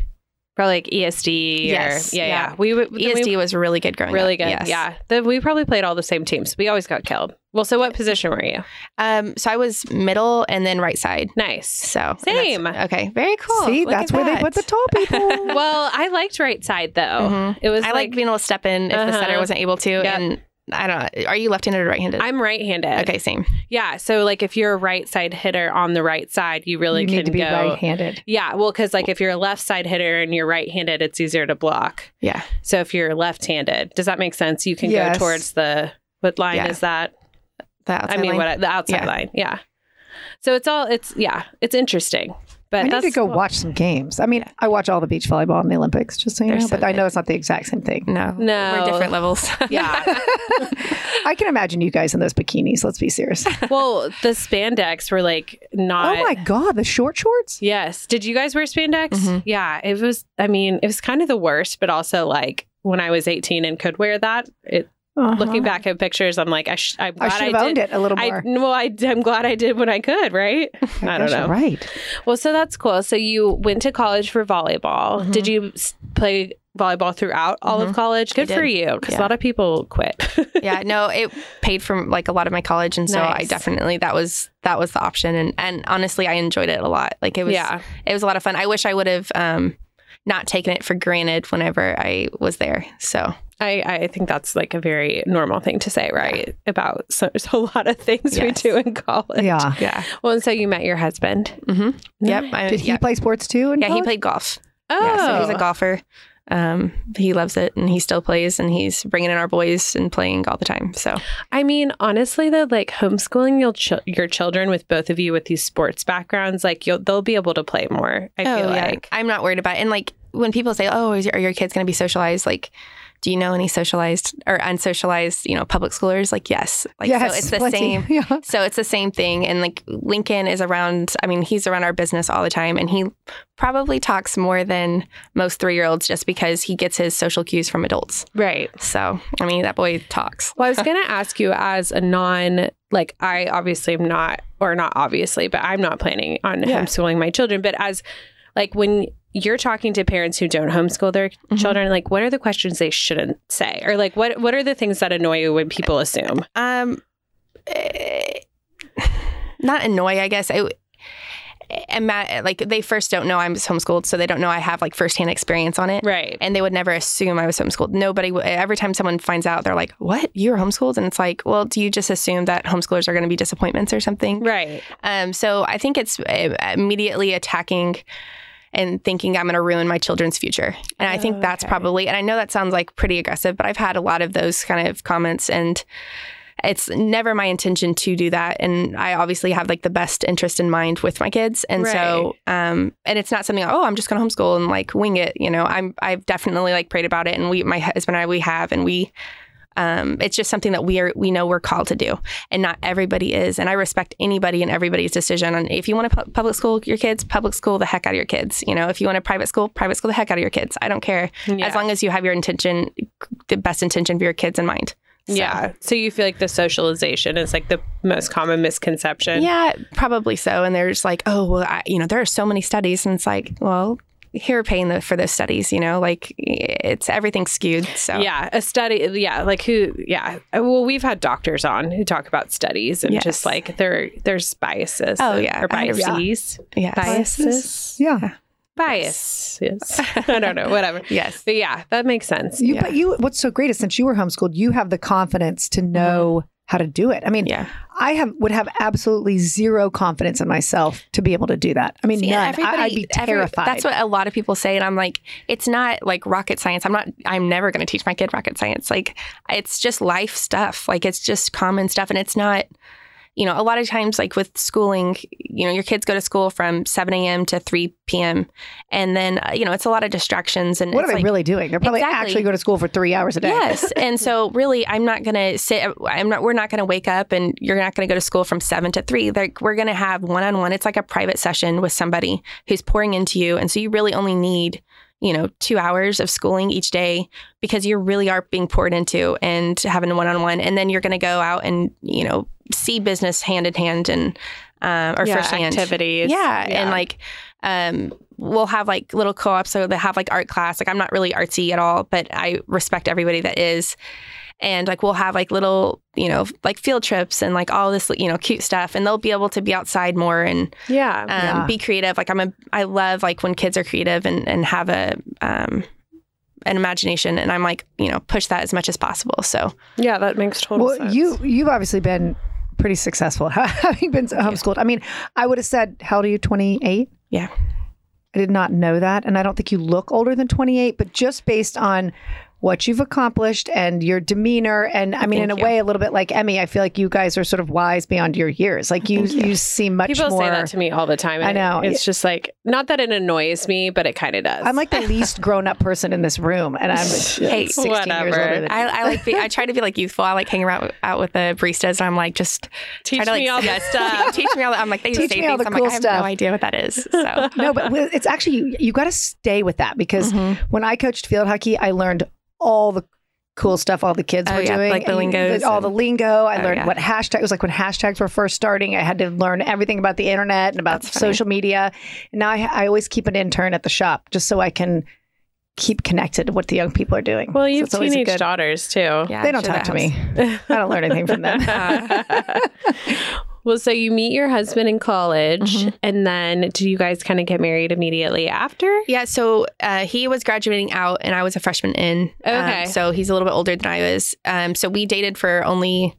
Probably like ESD.
Yes,
Or, yeah,
yeah.
yeah. We would then we-
ESD E was really good growing
really
up.
good.
Yes.
Yeah. The, we probably played all the same teams. We always got killed. Well, so what position were you?
Um, so I was middle and then right side.
Nice.
So and that's-
Same.
Okay. Very cool.
See,
Look
that's
at
where they
that.
put the tall people.
well, I liked right side though.
Mhm.
It was
I like being able to step in if the
Uh-huh.
setter wasn't able to. And I don't. Are you left-handed or right-handed?
I'm right-handed.
okay. Same.
Yeah. So like if you're a right side hitter on the right side, you really
you
can
need to be
go.
right-handed.
Yeah. Well, because like if you're a left side hitter and you're right-handed, it's easier to block.
Yeah.
So if you're left-handed, does that make sense? You can
Yes.
go towards the what line
Yeah.
is that?
The outside
I mean,
line.
what the outside
Yeah.
line? Yeah. So it's all it's yeah it's interesting, but
I need
that's
to go watch some games. I mean, I watch all the beach volleyball and the Olympics, just so you
They're
know.
so
but I
good.
know it's not the exact same thing.
No.
No.
We're different levels.
Yeah.
I can imagine you guys in those bikinis. Let's be serious.
well, the spandex were like not.
oh my god, the short shorts.
Yes. Did you guys wear spandex?
Mm-hmm.
Mhm.
Yeah. It was. I mean, it was kind of the worst, but also like when I was 18 and could wear that. It,
Uh-huh.
Looking back at pictures, I'm like, I sh- I'm
I
glad
should have
I
owned
did.
it a little
I
more.
well, I, am glad I did when I could, right? I don't
guess you're
know.
Right.
Well, so that's cool. So you went to college for volleyball.
Mhm.
Did you s- play volleyball throughout all
Mhm.
of college? Good
I
for
did.
you, because
Yeah.
a lot of people quit.
yeah no it paid for like a lot of my college and so i
Nice.
definitely that was that was the option and and honestly i enjoyed it a lot like it was
Yeah.
it was a lot of fun i wish i would have um not taken it for granted whenever i was there so
I, I think that's like a very normal thing to say, right? About so, so a lot of things we
Yes.
do in college.
Yeah.
yeah
Well, and so you met your husband.
mm-hmm. yep I,
Did he
yeah.
play sports too? in
yeah he
college?
played golf
Oh,
yeah so he's a golfer um he loves it and he still plays and he's bringing in our boys and playing all the time so
I mean, honestly, though, like homeschooling your chil- your children with both of you with these sports backgrounds, like you'll they'll be able to play more. I
Oh,
feel like
I'm not worried about it. And like when people say, "Oh, is your, are your kids going to be socialized?" Like, do you know any socialized or unsocialized, you know, public schoolers? Like, yes, like
yes,
so it's the
plenty.
same.
Yeah.
So it's the same thing. And like Lincoln is around. I mean, he's around our business all the time, and he probably talks more than most three year olds just because he gets his social cues from adults.
right.
So I mean, that boy talks.
Well, I was gonna ask you as a non like I obviously am not or not obviously, but I'm not planning on
Yeah.
homeschooling my children. But as like when you're talking to parents who don't homeschool their
Mm-hmm.
children, like what are the questions they shouldn't say? Or like what what are the things that annoy you when people assume?
Uh, Um, eh, not annoy, I guess. It, ima- like they first don't know I'm homeschooled, so they don't know I have like firsthand experience on it.
Right.
And they would never assume I was homeschooled. Nobody, w- every time someone finds out, they're like, What? You were homeschooled? And it's like, Well, do you just assume that homeschoolers are going to be disappointments or something?
Right.
Um, so I think it's uh, immediately attacking and thinking I'm going to ruin my children's future. And I think that's
Okay.
probably, and I know that sounds like pretty aggressive, but I've had a lot of those kind of comments and it's never my intention to do that and i obviously have like the best interest in mind with my kids and so um and it's not something oh i'm just going to homeschool and like wing it you know i'm i've definitely like prayed about it and we my husband and i we have and we um it's just something that we are we know we're called to do and not everybody is and i respect anybody and everybody's decision and if you want to pu- public school your kids public school the heck out of your kids you know if you want to private school private school the heck out of your kids i don't care as long as you have your intention the best intention for your kids in mind So-
Yeah. So you feel like the socialization is like the most common misconception.
Yeah, probably so. And they're just like, oh, well, I, you know, there are so many studies, and it's like, well, here are paying the, for those studies. You know, like it's everything's skewed. So
Yeah, a study. Yeah, like who? Yeah, well, we've had doctors on who talk about studies and just
Yes.
like there, there's biases.
Oh,
and-
yeah,
or
100%.
biases,
yes,
biases,
Yeah.
bias. Yes, I don't know, whatever.
yes,
But yeah, that makes sense.
You,
Yeah.
But you, what's so great is since you were homeschooled, you have the confidence to know how to do it. I mean,
Mm-hmm. yeah.
I have would have absolutely zero confidence in myself to be able to do that. I mean,
See, and
none. I, would be
every-
terrified.
that's what a lot of people say, and I'm like, it's not like rocket science. I'm not. I'm never going to teach my kid rocket science. Like, it's just life stuff. Like, it's just common stuff, and it's not. You know, a lot of times, like with schooling, you know, your kids go to school from 7 a.m. to 3 p.m. And then, uh, you know, it's a lot of distractions. And
What are
it's
they
like,
really doing? They're probably
Exactly.
actually going to school for three hours a day.
Yes. And so really I'm not going to sit I'm not we're not going to wake up and you're not going to go to school from 7 to 3. Like we're going to have one-on-one. It's like a private session with somebody who's pouring into you and so you really only need, you know, 2 hours of schooling each day because you really are being poured into and having a one-on-one and then you're going to go out and, you know, see business hand in hand and um, or
Yeah,
firsthand
activities.
yeah, and like um we'll have like little co-ops so they have like art class like i'm not really artsy at all but i respect everybody that is and like we'll have like little you know like field trips and like all this you know cute stuff and they'll be able to be outside more and
yeah,
um,
Yeah.
be creative like i'm a i love like when kids are creative and and have a um an imagination and i'm like you know push that as much as possible so
yeah, that makes total
well,
sense.
you you've obviously been pretty successful at having been homeschooled. I mean, I would have said, how old are you? Twenty eight.
Yeah.
I did not know that, and I don't think you look older than twenty eight. But just based on what you've accomplished and your demeanor, and I mean, in
Thank
a
you.
way, a little bit like Emmy, I feel like you guys are sort of wise beyond your years. Like you, you. seem much
people
more.
say that to me all the time.
I
and
know.
It's just like not that it annoys me, but it kind of does.
I'm like the least grown up person in this room, and I'm
Hey,
16 years
whatever.
older than
I, I like be, I try to be like youthful. I like hanging around out with the baristas, and I'm like just
teach
try to, like,
me all
yeah,
that stuff.
teach me all that. I'm like, they
Teach
say
me all
things.
the
I'm
cool
like, I have
stuff.
no idea what that is. So
no, but well, it's actually you, you got to stay with that because
Mm-hmm.
when I coached field hockey, I learned all the cool stuff all the kids
Oh,
were
yeah,
doing,
like the
and
lingos
all the
and-
lingo. I
Oh,
learned
yeah.
what hashtag it was like when hashtags were first starting. I had to learn everything about the internet and about
That's funny.
social media. And now I, I always keep an intern at the shop just so I can keep connected to what the young people are doing.
Well,
So
you have
it's always a
teenage
good-
daughters too.
yeah,
They
I'm
don't
sure
talk
that
to me.
helps.
I don't learn anything from them.
well, so you meet your husband in college,
Mm-hmm.
Mhm.
and then do you guys kind of get married immediately after?
Yeah, so uh, he was graduating out, and I was a freshman in. Um,
Okay.
so he's a little bit older than I was. Um, so we dated for only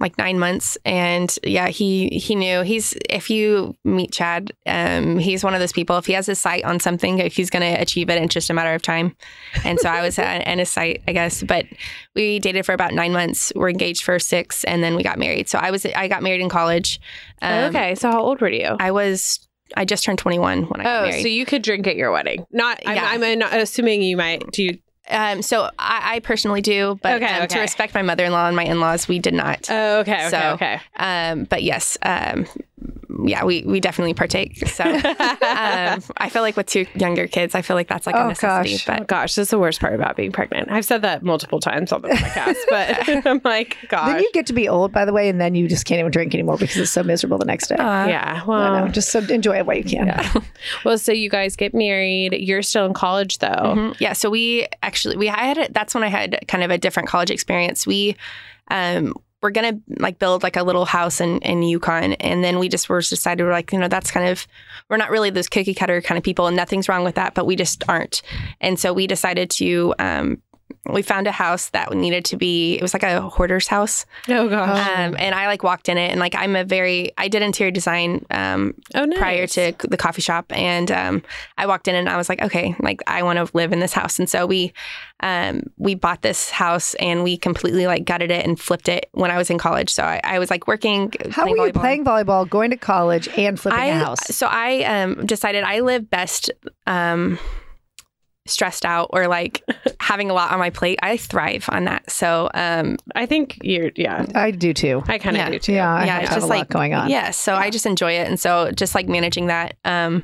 like nine months, and yeah, he he knew he's. If you meet Chad, um, he's one of those people. If he has his sight on something, if he's going to achieve it, it's just a matter of time. And so I was at, in his sight, I guess. But we dated for about nine months. We're engaged for six, and then we got married. So I was I got married in college. Um,
okay, so how old were you?
I was. I just turned 21 when I got
oh,
married.
so you could drink at your wedding? Not.
Yeah.
I'm, I'm not assuming you might. Do you?
Um, so I, I personally do, but
Okay,
um,
okay.
to respect my mother-in-law and my in-laws, we did not.
Oh, okay, okay,
So-
okay.
Um, but yes, um, yeah, we, we definitely partake. So um, I feel like with two younger kids, I feel like that's like
Oh,
a necessity.
gosh.
But
Oh, gosh, that's the worst part about being pregnant. I've said that multiple times on the podcast, but I'm like,
Then
gosh,
you get to be old, by the way, and then you just can't even drink anymore because it's so miserable the next day.
yeah.
I
Well,
know, just so enjoy it while you can.
well, so you guys get married. You're still in college though.
Mhm. yeah, so we actually we I had a, that's when I had kind of a different college experience. We um, we're gonna like build like a little house in in Yukon, and then we just were decided we're like you know that's kind of we're not really those cookie cutter kind of people, and nothing's wrong with that, but we just aren't, and so we decided to. Um, we found a house that needed to be it was like a hoarder's house
Oh gosh.
um, and i like walked in it and like i'm a very i did interior design um,
oh no.
prior to c- the coffee shop and um, i walked in and i was like okay like i want to live in this house and so we um, we bought this house and we completely like gutted it and flipped it when i was in college so i, I was like working
How were you
volleyball.
playing volleyball, going to college, and flipping
I,
a house?
so i um, decided i live best um, stressed out or like having a lot on my plate i thrive on that so um,
I think you're. Yeah.
I do too.
I kind of
Yeah.
do too.
Yeah, I
Yeah,
have
it's
had
just
a lot
like-
going on.
Yeah, so I just enjoy it, and so just like managing that. Um,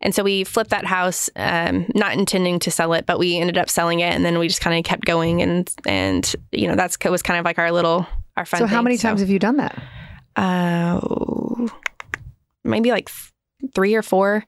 and so we flipped that house, um, not intending to sell it, but we ended up selling it, and then we just kind of kept going, and and you know that's was kind of like our little our fun.
so how
thing,
many times have you done that?
uh, maybe like th- three or four.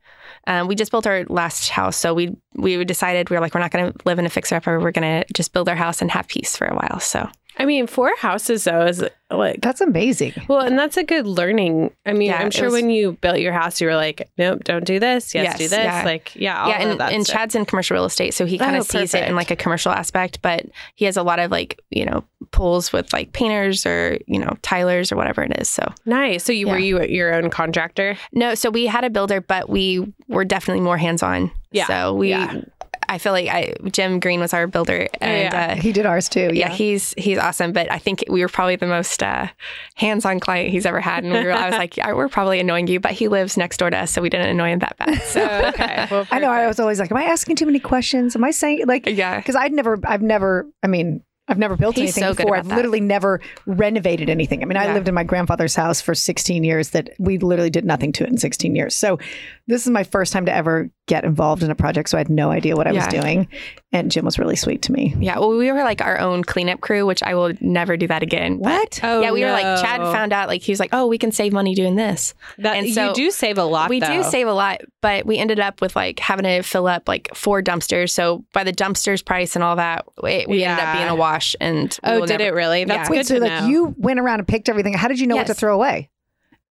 Um, we just built our last house, so we we decided we were like we're not going to live in a fixer upper. We're going to just build our house and have peace for a while. So
I mean, four houses though is like.
That's amazing.
Well, and that's a good learning. I mean,
Yeah,
I'm
it
sure
was-
when you built your house, you were like, nope, don't do this. Yes,
Yes,
do this.
yeah.
Like, yeah, all
yeah,
of
and,
that
and
stuff.
Chad's in commercial real estate, so he kind
Oh,
of sees it
perfect.
in like a commercial aspect, but he has a lot of like, you know, pulls with like painters or, you know, tilers or whatever it is. So,
Nice. So you were you your own contractor?
no, so we had a builder, but we were definitely more hands on.
Yeah,
So we,
yeah. Oh,
I feel like I, Jim Green was our builder. And,
yeah.
uh,
He did ours too. Yeah.
yeah, he's he's awesome, but I think we were probably the most uh, hands-on client he's ever had, and we were, I was like, yeah, "We're probably annoying you," but he lives next door to us, so we didn't annoy him that bad. So,
Oh, okay. Well,
I know. I
perfect.
was always like, am I asking too many questions? Am I saying like?
yeah,
Because I'd never, I've never, I mean, I've never built
He's
anything
so good
before.
about
I've
that.
literally never renovated anything. I mean, I
Yeah.
lived in my grandfather's house for 16 years that we literally did nothing to it in 16 years. So this is my first time to ever get involved in a project. So I had no idea what I was
Yeah.
doing. And Jim was really sweet to me.
Yeah, well, we were like our own cleanup crew, which I will never do that again. but-
What?
Oh,
yeah, we were like
no.
Chad found out like he was like, oh, we can save money doing this.
That,
and so-
you do save a lot.
we
though.
do save a lot, but we ended up with like having to fill up like four dumpsters. So by the dumpsters price and all that, it, we ended
Yeah.
up being a wash. And we
Oh,
will
did
never-
it really? That's
Yeah.
good
Wait, so
to
like
know.
you went around and picked everything. How did you know what to
Yes.
throw away?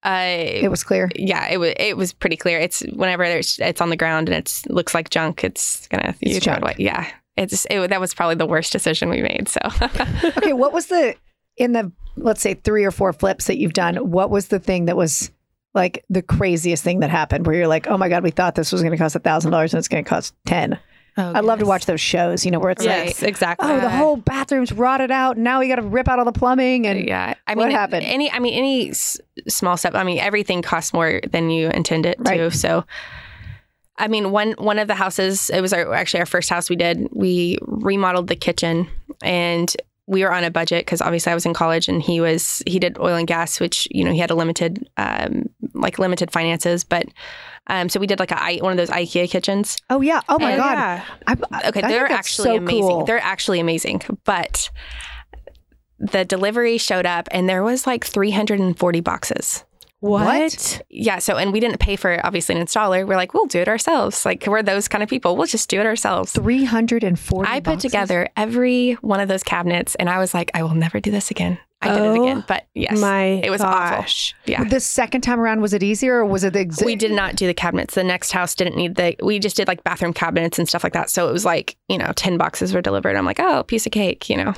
Uh,
It was clear.
yeah, it was it was pretty clear. It's whenever there's, it's on the ground and it looks like junk, it's gonna
It's
you throw it
junk.
away. Yeah, it's it, that was probably the worst decision we made. So
okay, what was the in the let's say three or four flips that you've done? What was the thing that was like the craziest thing that happened where you're like, oh my god, we thought this was going to cost a thousand dollars and it's going to cost ten.
Oh,
I love to watch those shows, you know, where it's like,
yes, exactly.
oh, the
Uh,
whole bathroom's rotted out, and now we got to rip out all the plumbing, and
yeah, I
What
mean,
happened?
Any, I mean, any s- small step. I mean, everything costs more than you intend it
Right.
to. So, I mean, one one of the houses, it was our actually our first house we did. We remodeled the kitchen, and we were on a budget because obviously I was in college, and he was he did oil and gas, which you know he had a limited um, like limited finances, but um, so we did like a I- one of those IKEA kitchens.
oh yeah, oh my
And-
god,
Yeah.
I, I-
Okay,
I think
they're
that's
actually
so
amazing.
cool.
They're actually amazing. But the delivery showed up and there was like 340 boxes.
What?
What?
Yeah, so and we didn't pay for obviously an installer. We're like, we'll do it ourselves. Like we're those kind of people. We'll just do it ourselves.
three hundred and forty.
I put together every one of those cabinets and I was like, I will never do this again. I did it
Oh
again. But yes.
My
it was
gosh.
awful. Yeah.
The second time around, was it easier or was it the exact?
We did not do the cabinets. The next house didn't need the. We just did like bathroom cabinets and stuff like that. So it was like you know, ten boxes were delivered. I'm like, oh, piece of cake, you know.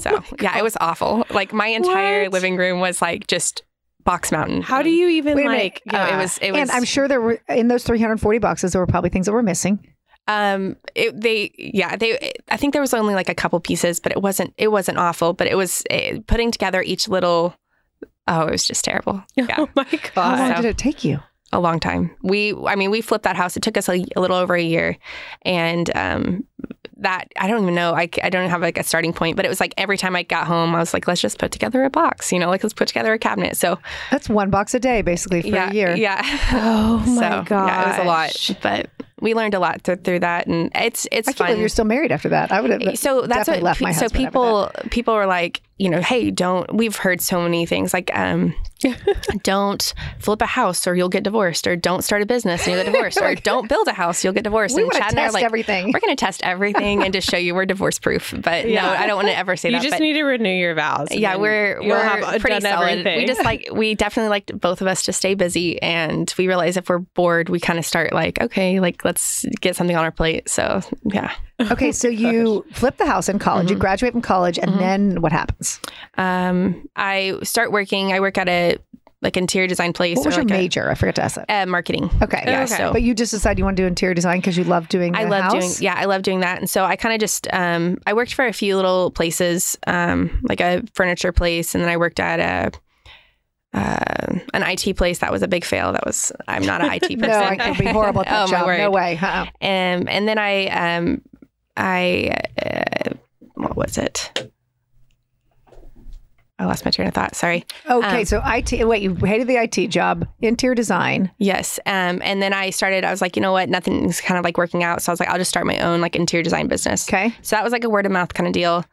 So yeah, it was awful. Like my entire
What?
living room was like just box mountain.
How do you even
Wait a minute.
like?
Oh, it was. It was.
And I'm sure there were in those 340 boxes there were probably things that were missing.
Um. It, they. Yeah. They. I think there was only like a couple pieces, but it wasn't. It wasn't awful. But it was eh, putting together each little. Oh, it was just terrible. Yeah.
Oh my
How long
god.
Uh, so-
did it take you?
a long time. We, I mean, we flipped that house. It took us a, a little over a year, and um, that I don't even know. I, I don't have like a starting point, but it was like every time I got home, I was like, let's just put together a box, you know, like let's put together a cabinet. So
That's one box a day, basically, for
yeah,
a year.
yeah.
Oh my
so, yeah, it was a
gosh.
lot, but we learned a lot through, through that, and it's it's
I can't believe
fun
you're still married after that. I would have.
Eh, so that's
definitely
what
left
pe-
my
so
husband after
people people were like you know hey don't we've heard so many things like um don't flip a house or you'll get divorced, or don't start a business and you'll get divorced, or don't build a house, you'll get divorced.
we
and
want to
Chad and I are
test
like,
everything.
we're going to test everything and just show you we're divorce proof. But no,
Yeah.
I don't want to ever say
you
that.
just
but
need to renew your vows. and
yeah,
then
we're
you'll
we're
have
pretty
done
solid.
everything.
We just like we definitely liked both of us to stay busy, and we realize if we're bored, we kind of start like, okay, like let's get something on our plate. So yeah,
Okay, so you flip the house in college,
Mm-hmm.
you graduate from college, and
Mhm.
then what happens?
um, I start working. I work at a like interior design place.
What was
or
your
like a-
major? I forgot to ask that.
uh, marketing.
Okay.
Yeah,
Okay.
so
But you just decided you want to do interior design because you love doing
I
the
love doing
house?
yeah, I love doing that. And so I kind of just um I worked for a few little places, um like a furniture place and then I worked at a uh, an IT place that was a big fail. That was I'm not an IT person.
No, I could be horrible at that
oh, my
job.
word.
No way. Uh-uh.
Um, and then I um I uh, what was it? I lost my train of thought. Sorry.
Okay,
Um,
so IT. Wait, you hated the IT job, interior design.
Yes. Um, and then I started, I was like, you know what? Nothing's kind of like working out. So I was like, I'll just start my own like interior design business.
Okay,
So that was like a word of mouth kind of deal.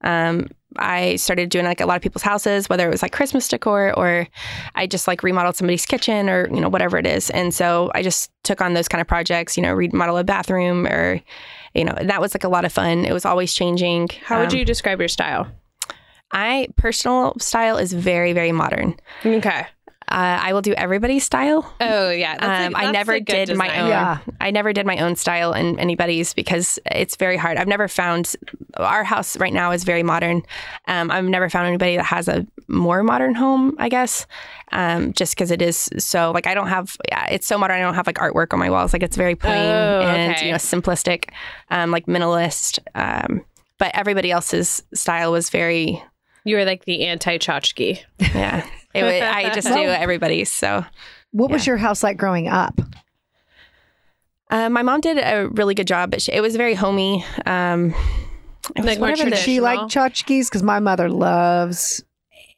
Um, I started doing like a lot of people's houses, whether it was like Christmas decor or I just like remodeled somebody's kitchen or, you know, whatever it is. And so I just took on those kind of projects, you know, remodel a bathroom or, you know, that was like a lot of fun. It was always changing.
How would
Um,
you describe your style?
I personal style is very, very modern.
Okay.
Uh, I will do everybody's style.
Oh yeah.
Um, I never did my own.
Yeah.
I never did my own style and anybody's because it's very hard. I've never found our house right now is very modern. Um, I've never found anybody that has a more modern home. I guess um, just because it is so like I don't have. Yeah, it's so modern. I don't have like artwork on my walls. Like it's very plain
Oh,
and
okay.
you know simplistic, um, like minimalist. Um, but everybody else's style was very
You were like the anti tchotchke.
yeah. It was, I just knew everybody's so.
what was your house like growing up?
Uh, my mom did a really good job, but she, it was very homey. Um, it was
Like more
whatever
Did
the-
she like tchotchkes? Because my mother loves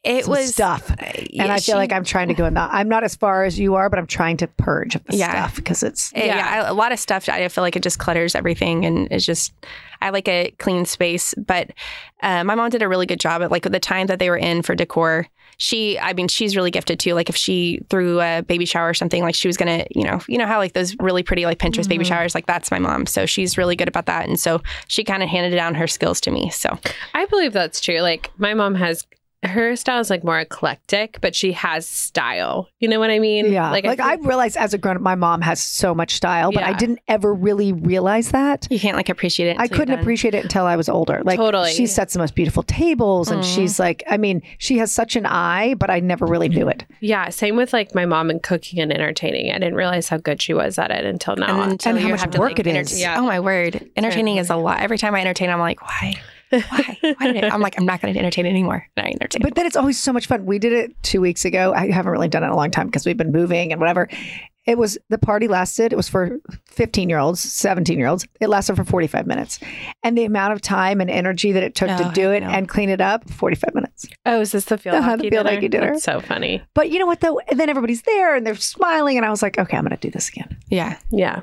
it
some
was
stuff, and
yeah,
I feel
she-
like I'm trying to go in the. I'm not as far as you are, but I'm trying to purge of the
Yeah.
stuff because it's.
Yeah,
Yeah.
I- a lot of stuff. I feel like it just clutters everything, and it's just I like a clean space. But uh, my mom did a really good job at like the time that they were in for decor. She, I mean, she's really gifted too. Like if she threw a baby shower or something, like she was gonna, you know, you know how like those really pretty like Pinterest baby
Mhm.
showers, like that's my mom. So she's really good about that, and so she kind of handed down her skills to me. So
I believe that's true. Like my mom has her style is like more eclectic, but she has style. You know what I mean?
Yeah, like,
I
I,
feel-
realized as a grown up, my mom has so much style, but I
Yeah.
didn't ever really realize that.
you can't like appreciate it.
I
until you're
couldn't
done.
appreciate it until I was older. Like
Totally.
she sets the most beautiful tables, and
Mhm.
she's like, I mean, she has such an eye, but I never really knew it.
yeah. Same with like my mom and cooking and entertaining. I didn't realize how good she was at it until now.
until
And how
you
much
have to,
work
like,
it
enter-
is.
Yeah. Oh my word, entertaining is a lot. Every time I entertain, I'm like, why, why, why did I? I'm like, I'm not going to entertain anymore. And I entertain.
But then it's always so much fun. We did it two weeks ago. I haven't really done it in a long time because we've been moving and whatever. It was the party lasted. It was for 15 year olds, 17 year olds. It lasted for 45 minutes. And the amount of time and energy that it took
Oh,
to do it
no.
and clean it up 45 minutes.
oh, is this the field
Uh-huh, the
hockey
field
dinner?
hockey dinner.
That's so funny.
But you know what though? And then everybody's there and they're smiling. And I was like, okay, I'm going to do this again.
yeah.
Yeah.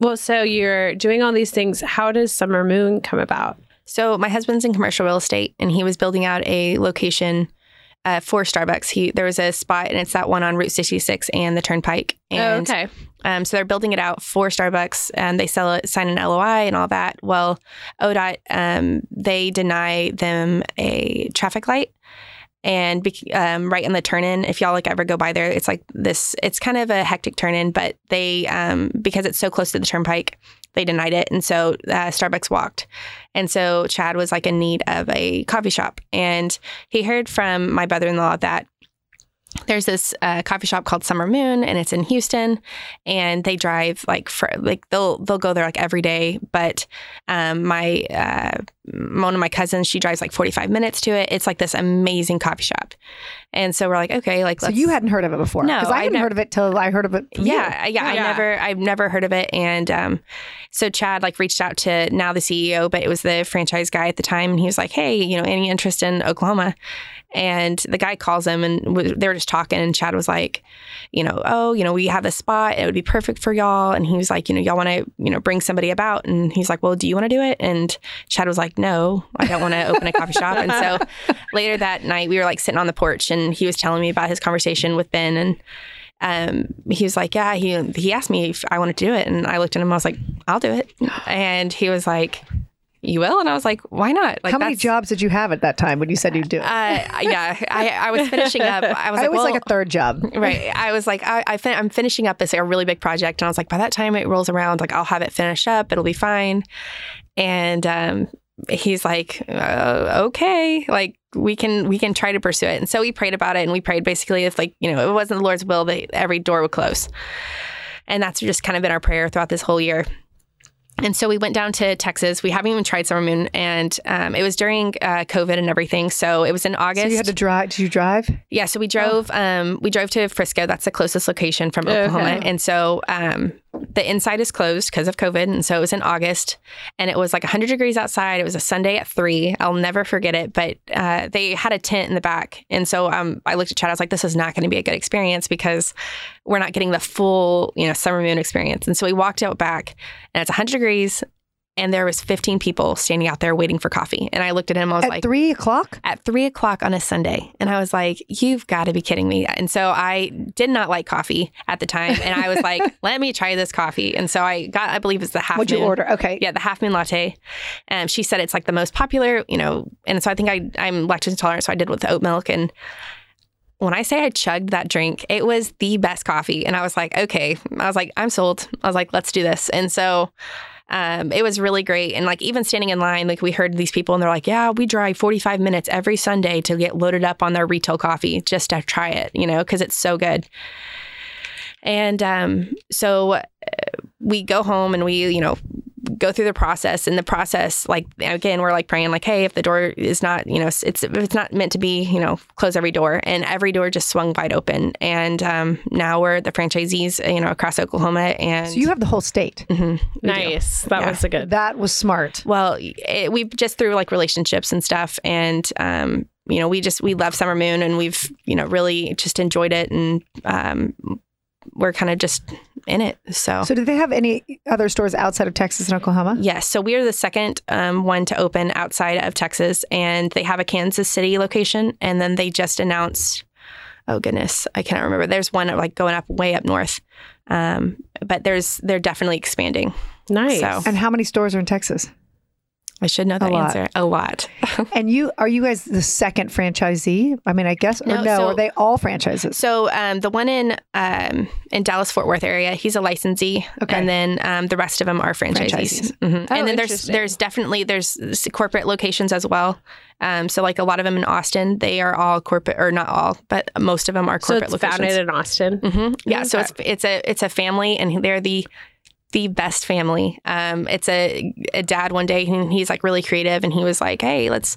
Well, so you're doing all these things. How does Summer Moon come about?
So my husband's in commercial real estate, and he was building out a location uh, for Starbucks. He there was a spot, and it's that one on Route 66 and the Turnpike. And
Oh, okay.
Um, so they're building it out for Starbucks, and they sell it, sign an LOI, and all that. Well, ODOT um, they deny them a traffic light, and bec- um, right in the turn in. If y'all like ever go by there, it's like this. It's kind of a hectic turn in, but they um, because it's so close to the turnpike, they denied it, and so uh, Starbucks walked. And so Chad was like in need of a coffee shop, and he heard from my brother in law that. There's this uh, coffee shop called Summer Moon, and it's in Houston and they drive like for like they'll they'll go there like every day but um my uh m- one of my cousins she drives like 45 minutes to it it's like this amazing coffee shop and so we're like okay like
So
let's
you hadn't heard of it before.
No,
Because I
I
hadn't
nev-
heard of it till I heard of it. from you.
yeah, yeah,
Yeah.
I never, I've never heard of it, and um, so Chad like reached out to now the CEO, but it was the franchise guy at the time, and he was like, "Hey, you know, any interest in Oklahoma?" And the guy calls him, and w- they were just talking, and Chad was like, "You know, oh, you know, we have a spot; it would be perfect for y'all." And he was like, "You know, y'all want to, you know, bring somebody about?" And he's like, "Well, do you want to do it?" And Chad was like, like, no, I don't want to open a coffee shop. And so later that night, we were like sitting on the porch, and he was telling me about his conversation with Ben, and um, he was like, yeah, he he asked me if I wanted to do it, and I looked at him, I was like, I'll do it, and he was like, you will, and I was like, why not? Like,
How many
that's-
jobs did you have at that time when you said you'd do it?
Uh, yeah, I, I was finishing up. I was
I
like,
was
well,
like a third job.
right. I was like, I, I fin- I'm finishing up this like, a really big project, and I was like, by that time it rolls around, like I'll have it finished up. It'll be fine. And um, he's like, uh, okay, like we can we can try to pursue it. And so we prayed about it, and we prayed basically if like you know it wasn't the Lord's will that every door would close, and that's just kind of been our prayer throughout this whole year. And so we went down to Texas. We haven't even tried Summer Moon, and um, it was during uh, COVID and everything. So it was in August.
So you had to drive. Did you drive?
Yeah, so we drove. Um, we drove to Frisco. That's the closest location from Oklahoma, and so um, the inside is closed because of COVID. And so it was in August, and it was like 100 degrees outside. It was a Sunday at three. I'll never forget it. But uh, they had a tent in the back, and so um, I looked at Chad. I was like, "This is not going to be a good experience because we're not getting the full, you know, summer moon experience." And so we walked out back, and it's 100 degrees. And there was 15 people standing out there waiting for coffee. And I looked at him. I was
At
like,
three o'clock?
at three o'clock on a Sunday. And I was like, you've got to be kidding me. And so I did not like coffee at the time. And I was like, let me try this coffee. And so I got, I believe it's the half
What'd you
moon.
order? Okay.
Yeah, the half moon latte. Um, she said it's like the most popular, you know. And so I think I, I'm lactose intolerant, so I did with the oat milk. And when I say I chugged that drink, it was the best coffee. And I was like, okay. I was like, I'm sold. I was like, let's do this. And so um, it was really great. And like even standing in line, like we heard these people and they're like, yeah, we drive 45 minutes every Sunday to get loaded up on their retail coffee just to try it, you know, because it's so good. And um, so uh, we go home and we, you know, go through the process and the process like again we're like praying like hey if the door is not you know it's it's- if it's not meant to be you know close every door and every door just swung wide open and um, now we're the franchisees you know across oklahoma and
So you have the whole state.
Mhm. We do.
Nice. That
Yeah.
was a good.
That was smart.
Well, it, we've just through like relationships and stuff, and um, you know, we just we love Summer Moon, and we've you know really just enjoyed it, and um, we're kind of just in it. So,
So did they have any other stores outside of Texas and Oklahoma?
yes, so we are the second um, one to open outside of Texas, and they have a Kansas City location, and then they just announced. Oh goodness, I cannot remember. There's one like going up way up north, um, but there's they're definitely expanding.
Nice.
So-
And how many stores are in Texas?
I should know that
lot.
answer a lot.
And you are you guys the second franchisee? I mean, I guess or no,
No, so-
are they all franchises?
So um, the one in um, in Dallas Fort Worth area, he's a licensee,
Okay.
and then um, the rest of them are franchisees.
Franchisees.
Mhm.
Oh,
and then there's
interesting.
there's definitely there's s- corporate locations as well. Um, so like a lot of them in Austin, they are all corporate or not all, but most of them are
So
corporate
it's
locations.
founded in Austin.
hmm
Mm-hmm.
Yeah, so it's it's a it's a family, and they're the the best family. Um, it's a, a dad one day, and he's like really creative, and he was like, "Hey, let's."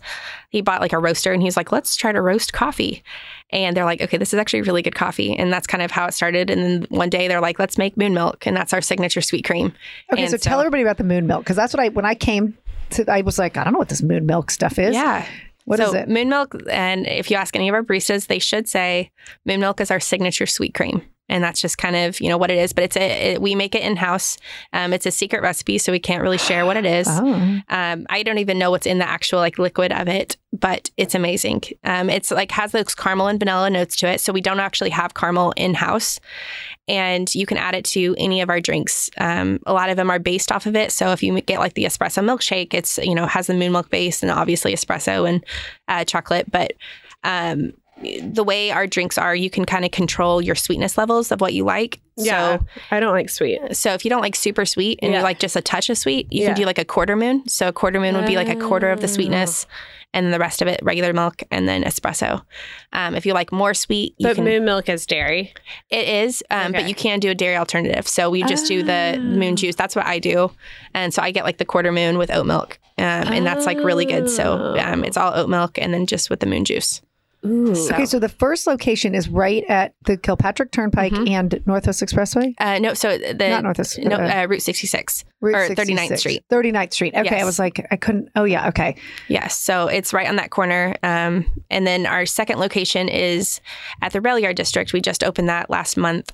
He bought like a roaster, and he's like, "Let's try to roast coffee," and they're like, "Okay, this is actually really good coffee," and that's kind of how it started. And then one day they're like, "Let's make moon milk," and that's our signature sweet cream.
okay,
and
so, tell everybody about the moon milk because that's what I when I came to I was like, I don't know what this moon milk stuff is.
Yeah.
What
so
is it?
Moon milk, and if you ask any of our baristas, they should say moon milk is our signature sweet cream, and that's just kind of you know what it is. But it's a it, we make it in house. Um, it's a secret recipe, so we can't really share what it is.
Oh.
Um, I don't even know what's in the actual like liquid of it, but it's amazing. Um, it's like has those caramel and vanilla notes to it, so we don't actually have caramel in house, and you can add it to any of our drinks. Um, a lot of them are based off of it, so if you get like the espresso milkshake, it's you know has the moon milk base and obviously espresso and uh, chocolate, but. Um, the way our drinks are, you can kind of control your sweetness levels of what you like.
Yeah.
So
I don't like sweet.
so if you don't like super sweet and
Yeah.
you like just a touch of sweet, you
Yeah. Oh.
can do like a quarter moon. So a quarter moon would be like a quarter of the sweetness, and then the rest of it regular milk and then espresso. Um, if you like more sweet, you
But
can.
moon milk is dairy.
It is, um, but
Okay. Oh.
you can do a dairy alternative. So we just do the moon juice. That's what I do, and so I get like the quarter moon with oat milk, um, and that's like really good.
Oh.
So um, it's all oat milk and then just with the moon juice.
Okay, so the first location is right at the Kilpatrick Turnpike
Mhm.
and Northwest Expressway.
Uh, no, so the
Not Northwest.
no
uh,
uh, Route sixty six.
Route
or 39th
66.
Street.
39th Street. Okay, I
Yes.
was like, I couldn't. Oh yeah, okay.
Yes, so it's right on that corner. Um, and then our second location is at the Rail Yard District. We just opened that last month.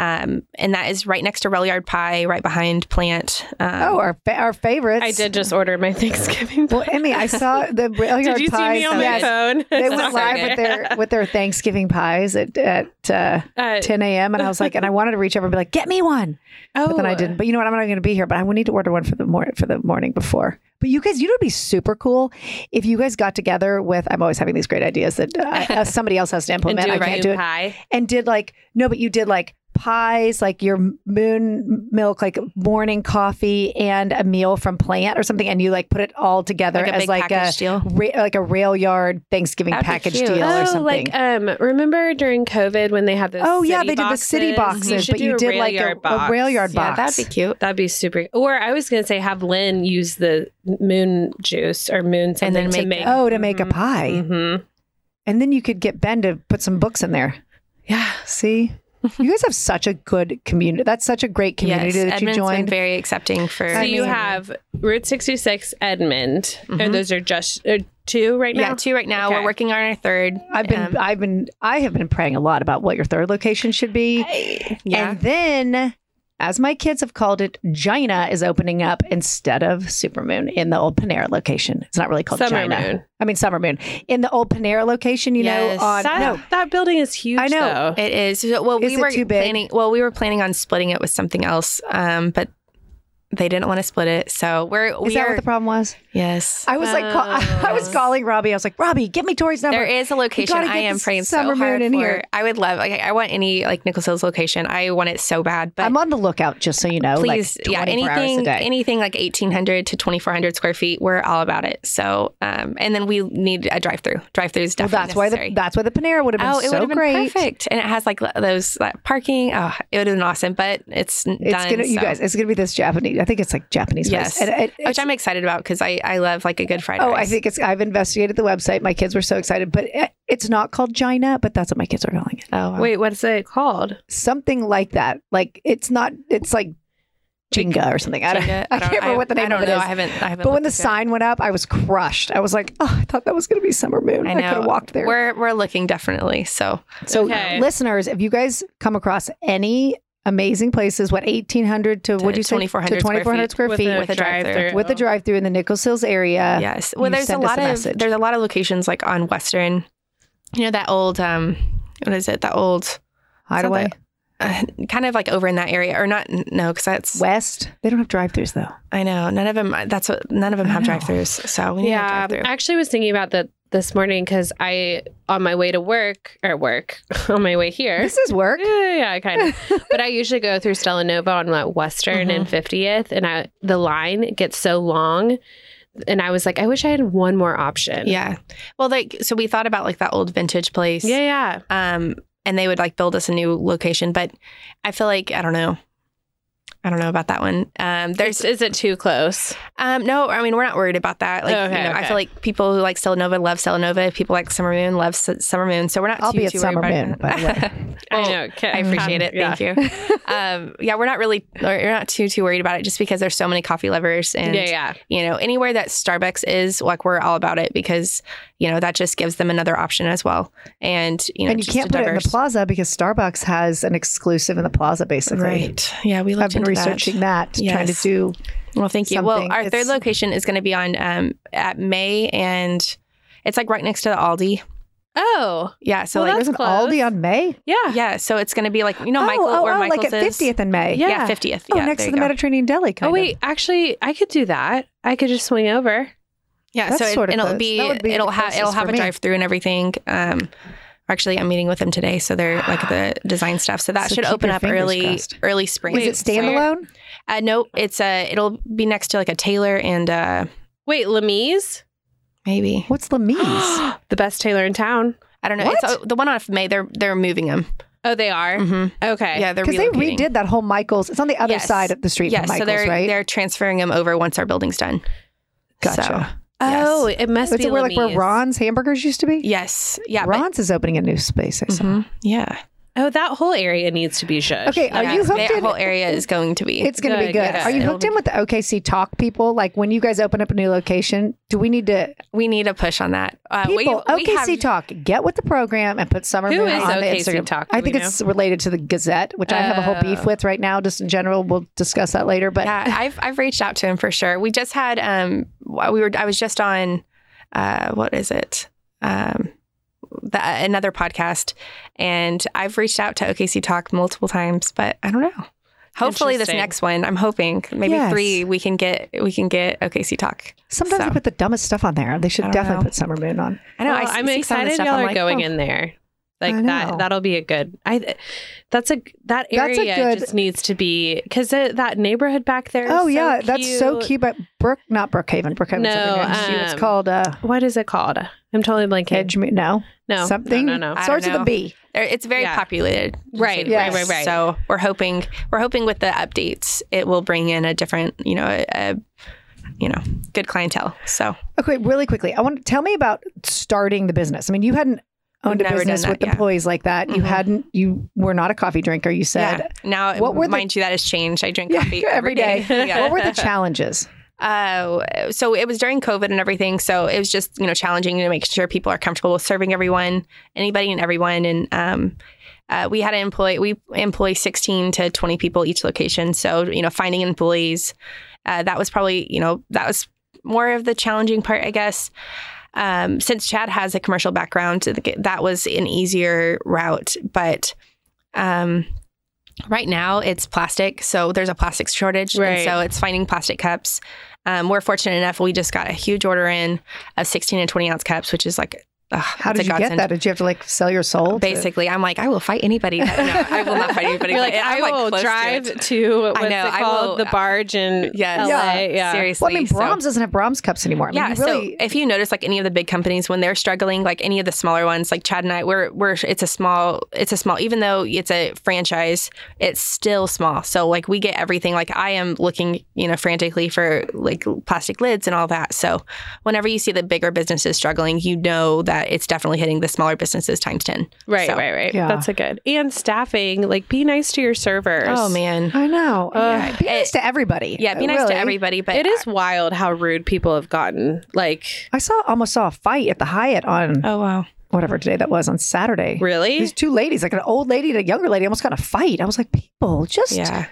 Um, and that is right next to Rail Yard Pie, right behind Plant. Um,
Oh, our fa- our favorites.
I did just order my Thanksgiving.
Well, Emmy, I saw the rail yard
Did you see
pies.
me on my
Yes.
phone?
They
That's
went
so
live
good.
with their with their Thanksgiving pies at at uh,
Uh,
10 a.m. and I was like, and I wanted to reach over and be like, get me one,
oh,
but then I didn't. But you know what? I'm not going to be here, but I would need to order one for the morning for the morning before. But you guys, you know, it'd be super cool if you guys got together with. I'm always having these great ideas that I, uh, somebody else has to
And
implement.
do
I
a
can't
cream
do it.
pie.
and did like no, but you did like pies, like your moon milk, like morning coffee, and a meal from plant or something, and you like put it all together
Like a
as
big
like a
package deal.
ra- like a rail yard Thanksgiving
That'd be
package
cute.
deal or
Oh,
something.
like um, remember during COVID when they had those?
oh yeah,
city
they did the city boxes,
should
but
do
you
a
did
rail
like a,
yard box.
a rail yard box.
yeah, that'd be cute.
That'd be super. Or I was gonna say have Lynn use the moon juice or moon something
then
to
make-
make.
Oh, to
Mm-hmm.
make a pie,
Mhm.
and then you could get Ben to put some books in there.
Yeah.
See, you guys have such a good community. That's such a great community
yes,
that
Edmund's
you
been
joined.
very accepting for.
So you
mean-
have Route 66 Edmond,
Mm-hmm.
and those are just uh, two right now.
yeah, two right now.
Okay.
We're working on our third.
I've been,
Um,
I've been, I have been praying a lot about what your third location should be.
yeah.
And then, as my kids have called it, Gina is opening up instead of Supermoon in the old Panera location. It's not really called
Summer
Gina.
Moon.
I mean, Summer Moon. In the old Panera location, you
Yes. Ah,
know, on.
That,
no.
that building is huge.
I know.
though.
It is. So- Well,
Is
we
it
were
too big?
planning. Well, we were planning on splitting it with something else, um, but they didn't want to split it. So we're we
Is that
are.
what the problem was?
yes,
I was like, call, I was calling Robbie. I was like, Robbie, get me Tori's number.
Oh. there is a location.
gotta
I
get
am
this
praying so
summer moon
hard
in
for.
here.
I would love. Like, I want any like Nichols Hills location. I want it so bad. But
I'm on the lookout, just so you know.
please,
like
yeah,
24 hours a
anything,
day.
anything like 1800 to 2400 square feet. We're all about it. So, um, and then we need a drive through. Drive through is
well,
definitely
that's why
necessary.
the that's why the Panera would have been
Oh, it
so
would have been
great.
perfect, and it has like those that parking. Oh, it would have been awesome, but it's, n-
It's
done.
gonna, you
so-
guys, it's gonna be this Japanese. I think it's like Japanese. place.
Yes.
and it, it's-
which I'm excited about because I I love like a good Friday.
Oh, I
rice.
think it's. I've investigated the website. My kids were so excited, but it- it's not called Gina, but that's what my kids are calling it.
Oh, wow.
Wait, what's it called?
Something like that. Like it's not. It's like Jenga or something. I don't.
Jenga?
I, can't
don't-
remember what the name
I don't
of it
know.
is.
I haven't. I haven't.
but when the
looked into it.
sign went up, I was crushed. I was like, oh, I thought that was going to be Summer Moon.
I
I,
know.
could have walked there.
We're we're looking definitely. So
so,
Okay.
listeners, if you guys come across any amazing places, what eighteen hundred to, what do you say
2400
to
square
twenty four hundred
feet.
square feet
with a drive-thru.
drive-thru.
with the drive through in the Nichols Hills area.
yes. Well,
you
there's a
send us
lot
a
of
message.
there's a lot of locations like on Western. You know that old um what is it? That old
Hideaway
It's uh, kind of like over in that area or not? No, because that's
West. They don't have drive throughs though.
I know none of them. That's what none of them
I
have
know.
drive-throughs. So we need
Yeah,
a drive-through.
I actually was thinking about that this morning because I, on my way to work or work, on my way here,
This is work.
Yeah, yeah, yeah, kind of. but I usually go through Stella Nova on like Western and 50th, and I the line gets so long, and I was like, I wish I had one more option.
Yeah. Well, like so we thought about like that old vintage place.
yeah, yeah.
Um, and they would like build us a new location, but I feel like I don't know. I don't know about that one. Um,
There's
there's
is it too close?
um, no, I mean we're not worried about that. Like
Okay,
you know, I
okay.
feel like people who like Celanova love Celanova. People like Summer Moon love S- Summer Moon. So we're not.
I'll
too,
be at
too
Summer
worried about
Moon,
it.
by the way.
I
Well,
know. Ca-
I appreciate it.
yeah.
Thank you. um, yeah, we're not really we're not too too worried about it just because there's so many coffee lovers and
yeah, yeah.
you know anywhere that starbucks is like we're all about it because you know that just gives them another option as well and you know
and you
just
can't
a
put it in the
diverse-
plaza because Starbucks has an exclusive in the plaza, basically.
right yeah we
I've
looked
been
into that.
researching that, trying to
Yes.
do.
well thank you well
something.
our third
It's-
location is going to be on um at may and it's like right next to the aldi
Oh,
yeah so
Well,
like
There's an Aldi on May.
yeah.
yeah so it's going to be like you know
ah. oh,
michael
oh,
where
oh,
michael's
like at
is
50th in May.
yeah,
Yeah.
50th
Oh,
yeah
next
there
to
you
the
go.
Mediterranean Deli. Kind
Oh
of.
wait, actually, I could do that. I could just swing over.
yeah
That's
so it,
sort of
it'll
close.
be,
That would be
it'll
the
have it'll
closest
have
for
a
me.
drive through and everything um Actually, I'm meeting with them today, so they're like the design stuff. So that
So
should
keep
open
your
up
fingers
early,
crossed.
early spring.
Is it standalone?
Uh, no, it's a. It'll be next to like a tailor and uh,
Wait, Lamise,
maybe
What's Lamise?
the best tailor in town.
I don't know. It's
What?
uh, the one off May. They're they're moving them.
Oh, they are. Okay.
Yeah, they're
Because they
relocating.
redid that whole Michaels. It's on the other
Yes.
side of the street
Yes,
from Michaels,
so they're
right?
they're transferring them over once our building's done.
Gotcha.
Oh, it must
Is
be
it where like where
Lamise.
Ron's hamburgers used to be?
yes, yeah, but-
Ron's is opening a new space. I saw.
Mhm. yeah.
Oh, that whole area needs to be shushed.
Okay, are
Oh, Yeah,
you hooked
that
in?
whole area is going to be.
It's going to be
Good,
good.
yes.
Are you
It'll
hooked
be-
in with the OKC Talk people? Like when you guys open up a new location, do we need to
we need a push on that. Uh, we-
people
we
OKC
have-
Talk get with the program and put Summer
Who
Moon
is
on the
OKC
Instagram?
Talk? Do
I
we
think
know?
it's related to the Gazette, which I have a whole beef
Oh.
with right now. Just in general, we'll discuss that later. But
yeah, I've I've reached out to him for sure. We just had um wh- we were I was just on uh what is it? Um the, another podcast and I've reached out to OKC Talk multiple times, but I don't know. Hopefully this
Interesting.
next one, I'm hoping maybe
Yes.
3 we can get we can get OKC Talk.
sometimes
So.
they put the dumbest stuff on there. They
I
should
don't
definitely
know.
put Summer Moon on.
I know
Well,
I
I'm
see- see some of the
excited
stuff,
y'all
I'm
are
like,
going
oh.
in there.
I
Like
know.
that, that'll be a good. I, that's a that
That's
area
a good-
just needs to be because that neighborhood back there. is
Oh
so
yeah, that's so
cute.
cute. But Brook, not Brookhaven. Brookhaven's
No,
over next to you. It's
um,
called uh,
What is it called? I'm totally blanking.
Edge. Mo- No,
no,
something.
No, no, no.
I
Starts
don't
with a
know.
B.
There- It's very
Yeah.
populated,
Right,
right,
Yes.
right,
right.
So we're hoping we're hoping with the updates, it will bring in a different, you know, a, a you know, good clientele. So
Okay, really quickly, I want to tell me about starting the business. I mean, you hadn't owned a
Never done
business
that,
with
yeah.
employees like that. You
Mhm.
hadn't. You were not a coffee drinker. You said.
yeah. now,
What were the-
mind you, that has changed. I drink
Yeah,
coffee
every day.
yeah.
What were the challenges?
Uh, so it was during COVID and everything. So it was just you know challenging to make sure people are comfortable with serving everyone, anybody and everyone. And um, uh, we had to employ we employ sixteen to twenty people each location. So you know finding employees uh, that was probably you know that was more of the challenging part, I guess. Um, since Chad has a commercial background, that was an easier route, but. Um, Right now, it's plastic. So there's a plastic shortage.
Right.
And so it's finding plastic cups. Um, we're fortunate enough, we just got a huge order in of 16 and 20 ounce cups, which is like, ugh,
How
it's
did
a
you get
godsend.
that? Did you have to like sell your soul? to-
Basically, I'm like, I will fight anybody. That, no, I will not fight anybody.
You're like,
I'm,
I will
close to
drive
it.
to, what's
know,
it
I
called?
will- uh,
the barge in
Yes.
LA. Yeah.
Seriously.
Well, I mean,
so-
Brahms doesn't have Brahms cups anymore. I mean,
yeah,
you really,
so if you notice, like any of the big companies, when they're struggling, like any of the smaller ones, like Chad and I, we're we're it's a small, it's a small, even though it's a franchise, it's still small. So like we get everything. Like I am looking, you know, frantically for like plastic lids and all that. So whenever you see the bigger businesses struggling, you know that it's definitely hitting the smaller businesses times ten.
Right,
So-
right, right.
Yeah.
That's a good. And staffing, like be nice to your servers.
Oh man,
I know. Uh,
Yeah.
be nice
It-
to everybody.
yeah, be nice
Uh, Really.
to everybody, but
it is wild how rude people have gotten. Like,
I saw almost saw a fight at the Hyatt on
Oh wow.
whatever day that was on Saturday.
really?
These two ladies, like an old lady and a younger lady, almost got in a fight. I was like, people, just
Yeah.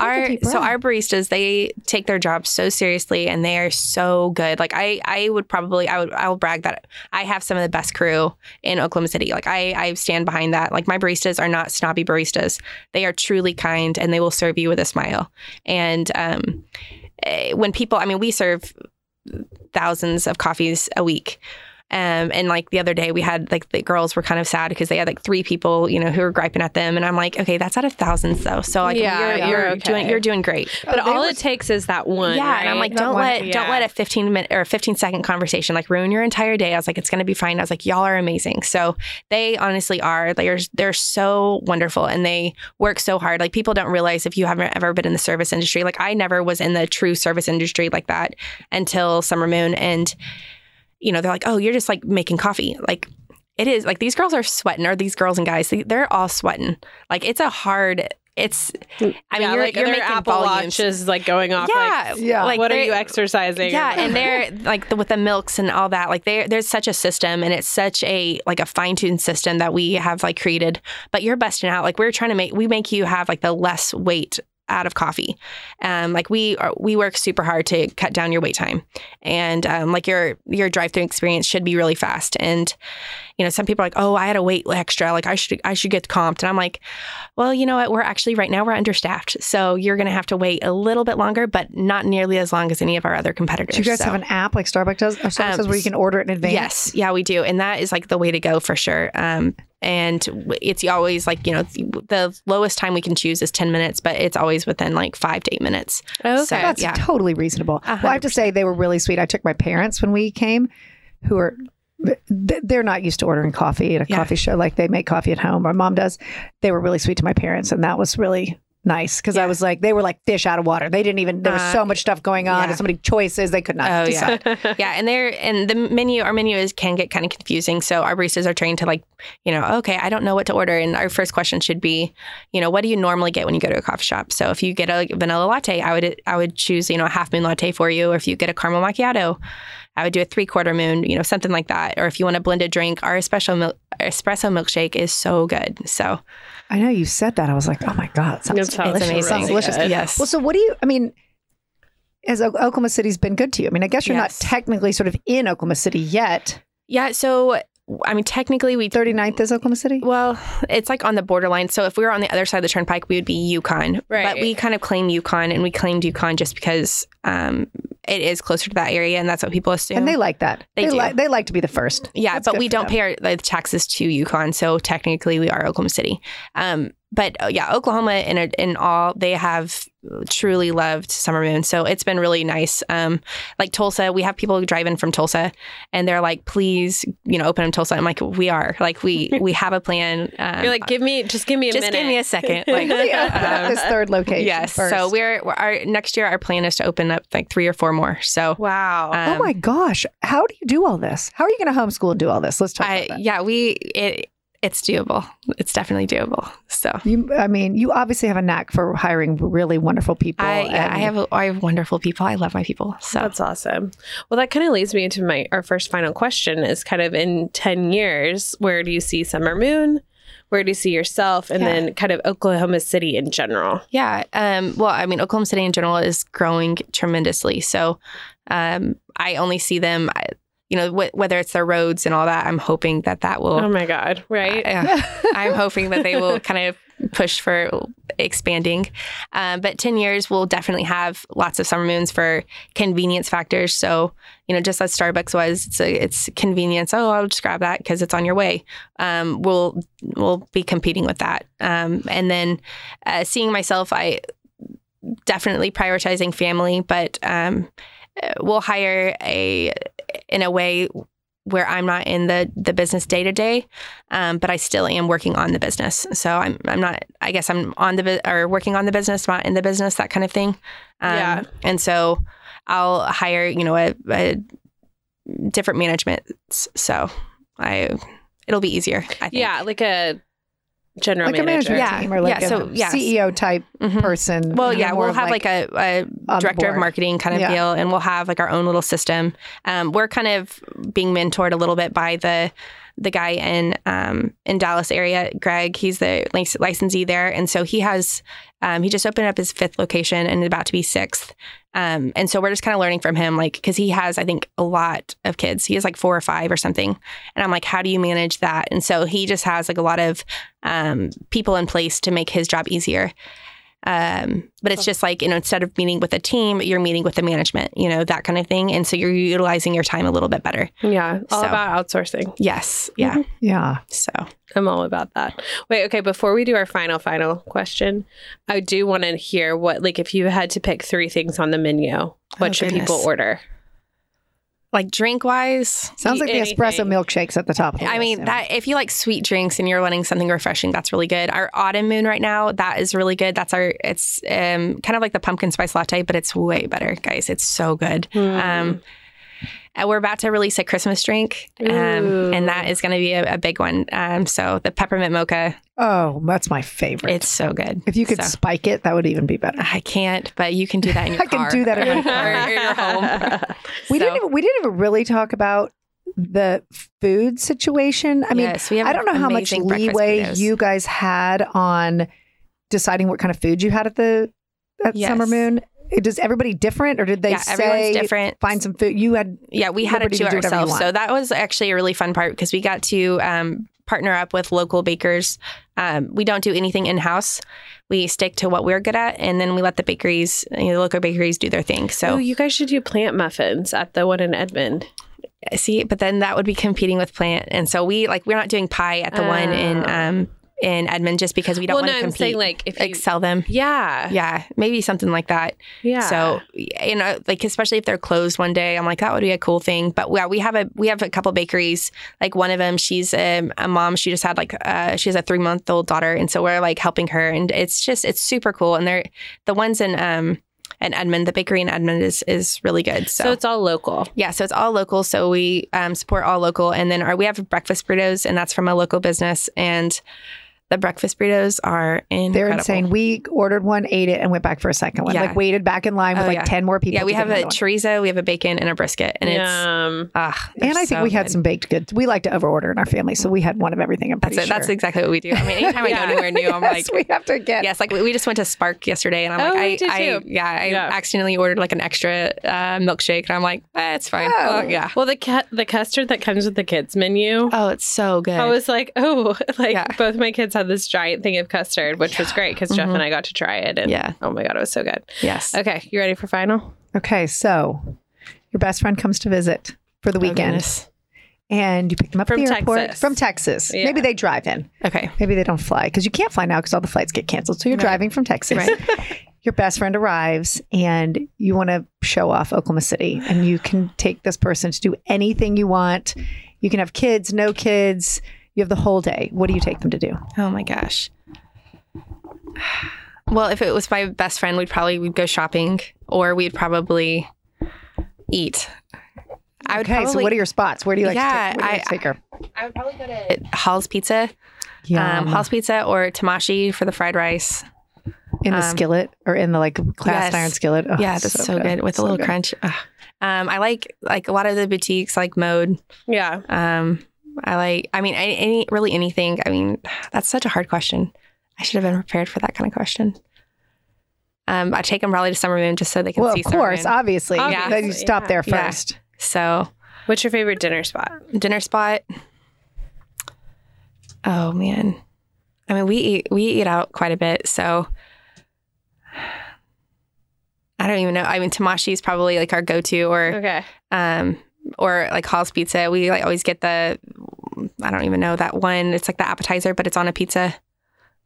a
Our
deep
so
breath.
our baristas they take their job so seriously and they are so good. Like I I would probably I would I will brag that I have some of the best crew in Oklahoma City. Like I I stand behind that. Like my baristas are not snobby baristas. They are truly kind and they will serve you with a smile. And um eh, when people I mean we serve thousands of coffees a week. Um, and like the other day, we had like the girls were kind of sad because they had like three people, you know, who were griping at them, and I'm like, okay, that's out of thousands though. So like,
Yeah,
you're,
you're
you're
okay.
doing you're doing great.
but
Oh, they
all
were-
it takes is that one.
yeah, and I'm
right?
like,
That
don't
one.
let
Yeah.
don't let a 15 minute or a 15 second conversation like ruin your entire day. I was like, it's gonna be fine. I was like, y'all are amazing. So they honestly are. They're they're so wonderful and they work so hard. Like people don't realize if you haven't ever been in the service industry. Like I never was in the true service industry like that until Summer Moon and you know, they're like, oh, you're just like making coffee. Like, it is like these girls are sweating, or these girls and guys, they, they're all sweating. Like, it's a hard, it's, I mean,
Yeah,
you're,
like,
you're
their
making
Apple
volumes.
Watch is like going off.
yeah.
Like,
Yeah.
Like,
what are
they-
you exercising?
Yeah.
Or
And they're like the, with the milks and all that, like there, there's such a system and it's such a, like a fine tuned system that we have like created, but you're busting out. Like we're trying to make, we make you have like the less weight out of coffee. Um, like we are, we work super hard to cut down your wait time and um, like your, your drive through experience should be really fast. And, you know, some people are like, oh, I had to wait extra. Like I should, I should get comped. And I'm like, well, you know what? We're actually right now we're understaffed, so you're going to have to wait a little bit longer, but not nearly as long as any of our other competitors.
Do you guys
So-
have an app like Starbucks does? Or Starbucks
Um,
does where you can order it in advance?
Yes, yeah, we do, and that is like the way to go for sure. Um, and w- it's always like you know the lowest time we can choose is ten minutes, but it's always within like five to eight minutes.
Okay.
So,
Oh, That's
yeah.
totally reasonable.
A
Well, I have to
hundred
say they were really sweet. I took my parents when we came, who are th- they're not used to ordering coffee at a
Yeah.
coffee show like they make coffee at home. My mom does. They were really sweet to my parents, and that was really nice because I was like, they were like fish out of water. They didn't even. There was
Uh,
so much stuff going on
yeah.
and so many choices they could not.
Oh,
decide.
yeah, and there and the menu our menu is can get kind of confusing. So our baristas are trained to like, you know, okay, I don't know what to order, and our first question should be, you know, what do you normally get when you go to a coffee shop? So if you get a like, vanilla latte, I would I would choose you know a half moon latte for you, or if you get a caramel macchiato, I would do a three quarter moon, you know, something like that. Or if you want a blended drink, our espresso mil- espresso milkshake is so good. So
I know you said that. I was like, oh my god, it sounds
It's
delicious.
amazing.
Sounds delicious.
Really good.
yes,
Well, so what do you? I mean, has O- Oklahoma City's been good to you? I mean, I guess you're
Yes.
not technically sort of in Oklahoma City yet.
yeah. So I mean, technically we
39th is Oklahoma City.
Well, it's like on the borderline. So if we were on the other side of the turnpike, we would be Yukon.
Right.
But we kind of claim Yukon and we claimed Yukon just because um, it is closer to that area and that's what people assume.
And they like that.
They do.
like they like to be the first.
yeah,
That's
but
good
we
for
don't
them.
pay our the taxes to Yukon. So technically we are Oklahoma City. Um, but uh, yeah, Oklahoma in, a, in all, they have truly loved Summer Moon. So it's been really nice. Um, like Tulsa, we have people drive in from Tulsa and they're like, please, you know, open in Tulsa. I'm like, we are. Like we we have a plan. Um,
You're like, give me, just give me a
just
minute.
give me a second. Like,
They opened up
um,
this third location.
yes.
first.
So we're, we're our next year. Our plan is to open up like three or four more. So.
Wow.
um,
oh my gosh, how do you do all this? How are you going to homeschool and do all this? Let's talk
I,
about that.
yeah, we it it's doable. It's definitely doable. So
You, I mean, you obviously have a knack for hiring really wonderful people.
I yeah,
and-
I have a- I have wonderful people. I love my people. So
That's awesome. Well, that kind of leads me into my our first final question is kind of in 10 years, where do you see Summer Moon? Where do you see yourself? And
Yeah.
then kind of Oklahoma City in general.
Yeah. Um, well, I mean, Oklahoma City in general is growing tremendously. So um, I only see them, I- you know, wh- whether it's their roads and all that. I'm hoping that that will.
Oh my God. Right.
I- I'm hoping that they will kind of push for expanding. Um, but 10 years, we'll definitely have lots of summer moons for convenience factors. So, you know, just as Starbucks was, it's, a, it's convenience. Oh, I'll just grab that because it's on your way. Um, we'll, we'll be competing with that. Um, and then uh, seeing myself, I definitely prioritizing family, but um, uh, we'll hire a, in a way, where I'm not in the the business day to day, um, but I still am working on the business. So I'm I'm not. I guess I'm on the bu- or working on the business, not in the business, that kind of thing. Um,
Yeah.
And so I'll hire you know a, a different management. So I it'll be easier. I think.
Yeah. Like a general
like a
manager.
manager
Yeah.
team or like
Yeah,
a
so, yes.
CEO type
Mhm.
person.
Well,
you know,
yeah,
more
we'll
of
have like, a,
on
a
the
director of
board.
marketing kind of
Yeah.
deal, and we'll have like our own little system. Um, we're kind of being mentored a little bit by the the guy in um, in Dallas area, Greg. He's the lic- licensee there, and so he has um, he just opened up his fifth location and is about to be sixth. Um, and so we're just kind of learning from him, like because he has I think a lot of kids. He has like four or five or something, and I'm like, how do you manage that? And so he just has like a lot of um, people in place to make his job easier. Um, but it's just like, you know, instead of meeting with a team, you're meeting with the management, you know, that kind of thing. And so you're utilizing your time a little bit better. Mm-hmm.
Yeah. All
So.
about outsourcing.
Yes. Yeah.
yeah.
So
I'm all about that. Wait, okay. Before we do our final, final question, I do want to hear what, like, if you had to pick three things on the menu, what
Oh,
should
goodness.
people order?
like drink wise,
Sounds
Eat
like the espresso
anything.
milkshakes at the top. Of the
I
list,
mean,
you know.
that if you like sweet drinks and you're wanting something refreshing, that's really good. Our autumn moon right now, that is really good. That's our, it's um, kind of like the pumpkin spice latte, but it's way better, guys. It's so good. Um, and we're about to release a Christmas drink, um,
Ooh.
and that is going to be a, a big one. Um, so the peppermint mocha,
Oh, that's my favorite.
it's so good.
if you could
so-
spike it, that would even be better.
I can't, but you can do that in your
I can
car.
do that in my car.
Or in your home.
We
So,
didn't. Even, we didn't even really talk about the food situation. I mean,
yes, we have
I don't know how much
amazing breakfast
leeway
burritos.
you guys had on deciding what kind of food you had at the at
Yes.
Summer Moon. Does everybody different, or did they
yeah,
say
everyone's different.
find some food? You had
yeah, we had to
liberty
do
to
it
do whatever you
ourselves. So
want.
that was actually a really fun part because we got to um, partner up with local bakers. Um, we don't do anything in house. We stick to what we're good at, and then we let the bakeries, you know, the local bakeries, do their thing. So
Oh, you guys should do plant muffins at the one in Edmond.
see, but then that would be competing with plant, and so we like we're not doing pie at the one in
Oh.
um, in Edmond just because we don't
well, no,
want
I'm
to compete.
saying like if you,
like sell them.
yeah,
Yeah, maybe something like that.
yeah.
So you know, like especially if they're closed one day, I'm like that would be a cool thing. But yeah, we have a we have a couple bakeries. Like one of them, she's um, a mom. She just had like uh, she has a three month old daughter, and so we're like helping her, and it's just it's super cool. And they're the ones in um in Edmond, the bakery in Edmond is is really good.
so it's all local.
Yeah, so it's all local. So we um, support all local, and then our, we have breakfast burritos, and that's from a local business. And the breakfast burritos are incredible.
They're insane. We ordered one, ate it, and went back for a second one.
Yeah.
Like waited back in line with
Oh,
like
yeah.
ten more people.
yeah, we
to get
have a
another one.
chorizo, we have a bacon, and a brisket, and it's
um,
ah. they're
and I think
so
we had
good.
some baked goods. We like to overorder in our family, so we had one of everything. I'm
That's
pretty
it. That's
sure.
exactly what we do. I mean, anytime I
Yeah.
go anywhere new, I'm like.
yes, we have to get.
Yes, like we we just went to Spark yesterday, and I'm
Oh,
like,
we
I,
did
I
too.
yeah, I
Yeah.
accidentally ordered like an extra uh, milkshake, and I'm like, eh, it's fine.
Oh.
Oh, yeah.
well, the cu- the custard that comes with the kids menu.
Oh, it's so good.
I was like, oh, like
Yeah.
both my kids had this giant thing of custard, which was great because Jeff
Mm-hmm.
Mhm.
and I got to try it. And
Yeah.
oh my God, it was so good.
yes.
Okay, you ready for final?
Okay, so your best friend comes to visit for the
Oh,
weekend,
goodness.
and you pick them up
From
at the airport
Texas.
from Texas.
Yeah.
Maybe they drive in.
Okay.
Maybe they don't fly because you can't fly now because all the flights get canceled. So you're
Right.
driving from Texas.
Right.
Your best friend arrives and you want to show off Oklahoma City, and you can take this person to do anything you want. You can have kids, no kids. You have the whole day. What do you take them to do?
Oh my gosh. Well, if it was my best friend, we'd probably we'd go shopping or we'd probably eat. I would
okay,
probably
so what are your spots? Where do you like
Yeah,
to take, where do you
I-
like to take her?
I would probably go to Hall's Pizza. Um Hall's Pizza or Tamashi for the fried rice.
in the
um,
skillet or in the like cast
yes.
iron skillet. Oh,
yeah, that's so, good. with
So
a little
good.
crunch. Ugh. Um I like like a lot of the boutiques like Mode.
Yeah.
Um I like I mean any, any really anything. I mean, that's such a hard question. I should have been prepared for that kind of question. Um, I take them probably to Summer Moon just so they can
Well,
see
of course,
Summer Moon.
obviously.
Obviously,
Then you stop
yeah.
there
Yeah.
first.
So
What's your favorite dinner spot?
dinner spot. Oh man. I mean we eat we eat out quite a bit, so I don't even know. I mean Tamashi is probably like our go to or
Okay.
um or like Hall's pizza. We like always get the I don't even know that one. It's like the appetizer, but it's on a pizza.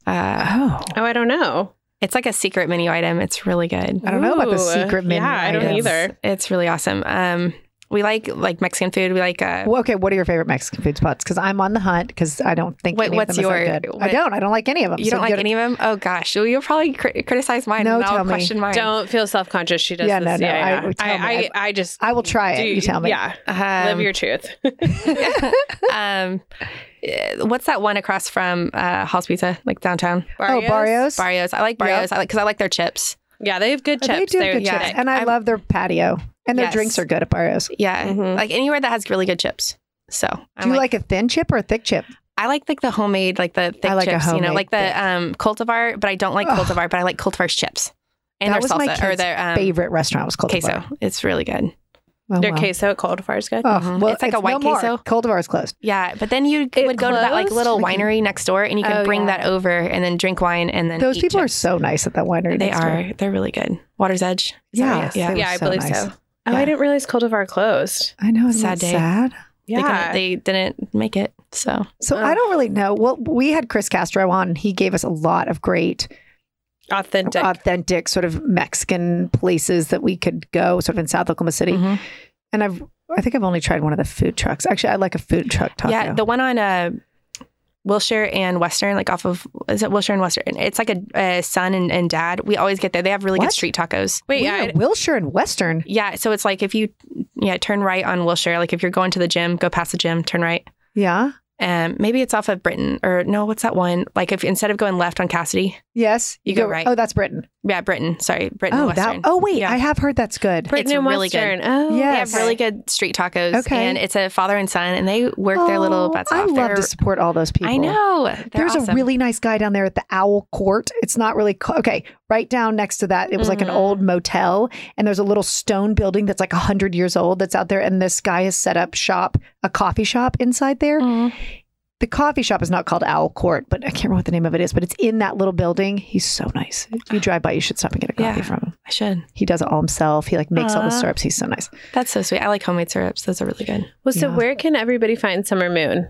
Uh
Oh,
Oh, I don't know.
it's like a secret menu item. It's really good.
I don't know about the
Ooh,
secret menu.
yeah, I don't
items.
either.
It's really awesome. Um we like like Mexican food. We like uh
Well, okay, what are your favorite Mexican food spots? Because I'm on the hunt because I don't think
Wait,
any of
what's
them is
your-
that good. I
what-
don't. I don't like any of them.
You don't
So
like
good-
any of them? Oh gosh, Well, you'll probably cri- criticize mine.
No,
and I'll
tell me.
question mine.
Don't feel self conscious. She does
Yeah,
this.
no, no,
yeah,
I-
yeah.
tell me.
I, I, I just.
I will try it.
do-
You tell me. Oh,
Yeah.
Um,
Live your truth.
um, eh, what's that one across from uh, Hall's Pizza, like downtown?
Oh, Barrios.
Barrios. I like Barrios. I like because I like their chips.
Yeah, they have good
Oh, They
chips.
do
They're-
have good
yeah.
chips, and I
I'm-
love their patio. And their
Yes.
drinks are good at Barrios.
Yeah,
Mhm.
like anywhere that has really good chips. So I'm
Mm-hmm. Do you like, a thin chip or a thick chip?
I like like the homemade, like the thick
I like a
chips. You know,
homemade
like the
thick.
um, cultivar, but I don't like
Ugh.
cultivar, but I like cultivar's chips and
That
their
was my
salsa or
kid's
their um,
Favorite restaurant was Cold
queso. It's really good.
Their queso at Cultivar is good.
Oh,
Mhm.
well,
It's like a white
no more.
queso.
Coldvar is closed.
Yeah, but then you would go to that like
closed?
little
Like-
winery next door, and you can
Oh,
bring
yeah.
that over and then drink wine and then
Those
eat
people are
chips.
so nice at that winery.
They
next door.
are. They're really good. Water's Edge. Is that
Yeah,
right? Yeah.
they were
Yeah, I
so
believe
nice.
so. Oh, I didn't realize Cultivar closed.
I know. Isn't
Sad
that
day.
sad?
They, couldn't-
Yeah.
they didn't make it. So
So
Oh.
I don't really know. Well, we had Chris Castro on. and He gave us a lot of great,
Authentic.
authentic sort of Mexican places that we could go, sort of in South Oklahoma City.
Mhm.
And I've, I think I've only tried one of the food trucks. Actually, I like a food truck taco.
yeah, the one on uh, Wilshire and Western, like off of is it Wilshire and Western? It's like a, a son and, and dad. We always get there. They have really
What?
good street tacos.
Wait,
We
yeah,
were at Wilshire and Western.
Yeah, so it's like if you yeah turn right on Wilshire, like if you're going to the gym, go past the gym, turn right.
Yeah.
Um, maybe it's off of Britain or no, what's that one? Like if instead of going left on Cassidy,
Yes.
You go right.
Oh, that's Britain.
yeah, Britain. Sorry, Britain.
oh,
and Western.
that. Oh, wait.
Yeah.
I have heard that's good.
Britain
it's
and
really good.
Western. Oh,
Yeah,
They have
Okay.
really good street tacos.
Okay.
And it's a father and son, and they work their little
Oh,
butts
I
off.
love
They're-
to support all those people.
I know. They're
There's a
awesome.
really nice guy down there at the Owl Court. It's not really co- okay. Right down next to that, it was like an
Mhm.
old
Mm-hmm.
motel, and there's a little stone building that's like hundred years old that's out there. And this guy has set up shop, a coffee shop inside there.
Mhm.
The coffee shop is not called Owl Court, but I can't remember what the name of it is. But it's in that little building. He's so nice. If you drive by, you should stop and get a coffee
Yeah.
from him.
I should.
He does it all himself. He like makes all the
Aw.
syrups. He's so nice.
That's so sweet. I like homemade syrups. Those are really good.
Well, so
Yeah.
where can everybody find Summer Moon?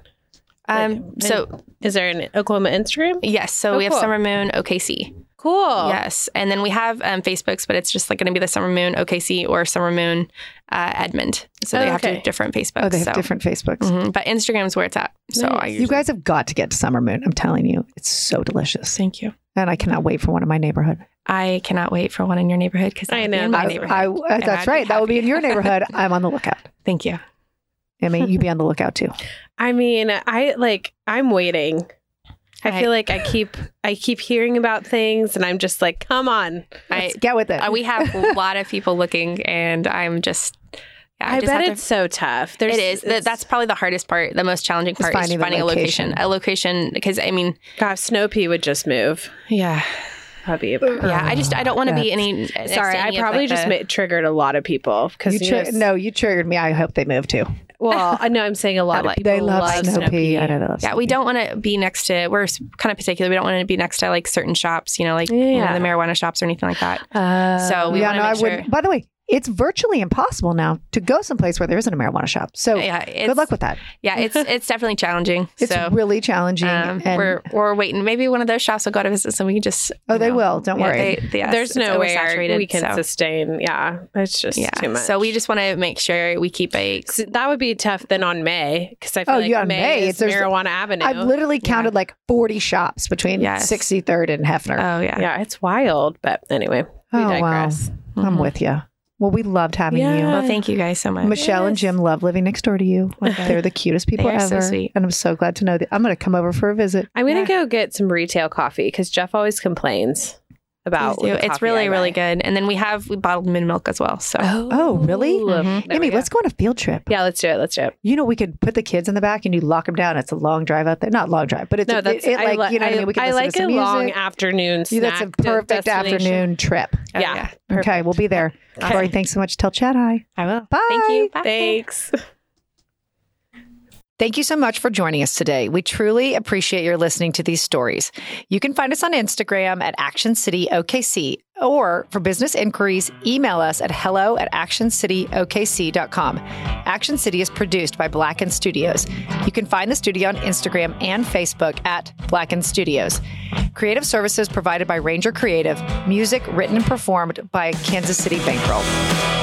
Um,
Like,
so
Is there an Oklahoma Instagram?
yes, so
Oh,
we have
cool. Oh.
Summer Moon OKC.
Cool.
Yes, and then we have um, Facebooks, but it's just like going to be the Summer Moon OKC or Summer Moon uh, Edmond. So they
Oh,
have two
okay.
different Facebooks.
Oh, they have
so.
different Facebooks.
Mm.
Mhm, But Instagram's where it's at. So I
Nice.
usually,
You guys have got to get to Summer Moon. I'm telling you, it's so delicious,
thank you.
and I cannot wait for one in my neighborhood.
I cannot wait for one in your neighborhood because
I
I know
know.
in my
I-
neighborhood.
I- uh,
And I'd
that's
be
right. That will be in
happy.
your neighborhood. I'm on the lookout.
Thank you.
I mean, you be on the lookout too.
I mean, I like I'm waiting. I,
I-
feel like I keep I keep hearing about things and I'm just like, come on.
I,
Get with it.
uh, we have a lot of people looking, and I'm just. Yeah, I,
I,
just
bet
have to-
it's so tough. There's
it is. That,
it's-
that's probably the hardest part. The most challenging part
finding
is
the
finding a location.
location.
A location, because I mean,
God, if Snow Pea would just move.
yeah,
That'd be a
yeah. I just I don't want to be
That's-
any.
Sorry, I probably just
made
ma- triggered a lot of people because
You tri- no, you triggered me. I hope they move too.
Well, I know I'm saying a lot
I
of
like-
people.
They love,
love
Snow
Snow
Pea.
Pea.
I know they love
Yeah,
Snow
we
Pea.
don't want to be next to. We're s- kind of particular. We don't want to be next to like certain shops, you know, like you know,
Yeah.
the marijuana shops or anything like that.
Uh,
So we
yeah,
wanna
no, I
make sure-
wouldn't. By the way, it's virtually impossible now to go someplace where there isn't a marijuana shop.
Oh,
So
yeah, it's,
good luck with that.
Yeah, it's it's definitely challenging.
It's
so
really challenging.
um,
and,
we're we're waiting. Maybe one of those shops will go out of business, and we can just.
oh,
you
they
know,
will. Don't
yeah,
worry.
they- they- yes,
there's
it's
no way our-
oversaturated,
we can
so-
sustain. Yeah, it's just
yeah.
too much.
So we just want to make sure we keep a.
So that would be tough then on May because I feel
Oh,
like
yeah, on
May,
May,
is
there's-
Marijuana Avenue.
I've literally counted like 40 shops between
Yes.
63rd and Hefner.
Oh yeah.
yeah, it's wild. But anyway, we
Oh, wow.
digress.
I'm
Mhm.
with you. Well, we loved having
Yeah.
Well, thank you guys so
you.
much.
Michelle and Jim love living next door to you. Like,
Okay.
they're the cutest people
They are so
ever.
sweet.
And I'm so glad to know that I'm going to come over for a visit.
I'm gonna go get some retail coffee because Jeff always complains about.
Please do.
the
It's
coffee
really
I
really
buy.
good. And then we have we bottled mint milk as well. So
Oh, really?
Mhm.
Mm-hmm. There we
Amy,
go.
let's go on a field trip.
Yeah, let's do it. Let's do it.
You know, we could put the kids in the back and you lock them down. It's a long drive out there. Not long drive, but it's
no,
it-
that's
it, it,
I
like,
li-
you know what I
I,
mean? We could
I
listen
like
to some
a
music.
long afternoon
Yeah,
snack.
that's a perfect
destination.
afternoon trip.
Oh,
yeah. Perfect.
Okay, we'll be there.
Okay.
Corey, thanks so much. Tell Chad hi.
I will.
Bye.
Thank you. Bye.
Thanks.
Thank you so much for joining us today. We truly appreciate your listening to these stories. You can find us on Instagram at Action City OKC or for business inquiries, email us at hello at actioncityokc.com. Action City is produced by Blacken Studios. You can find the studio on Instagram and Facebook at Blacken Studios. Creative services provided by Ranger Creative, music written and performed by Kansas City Bankroll.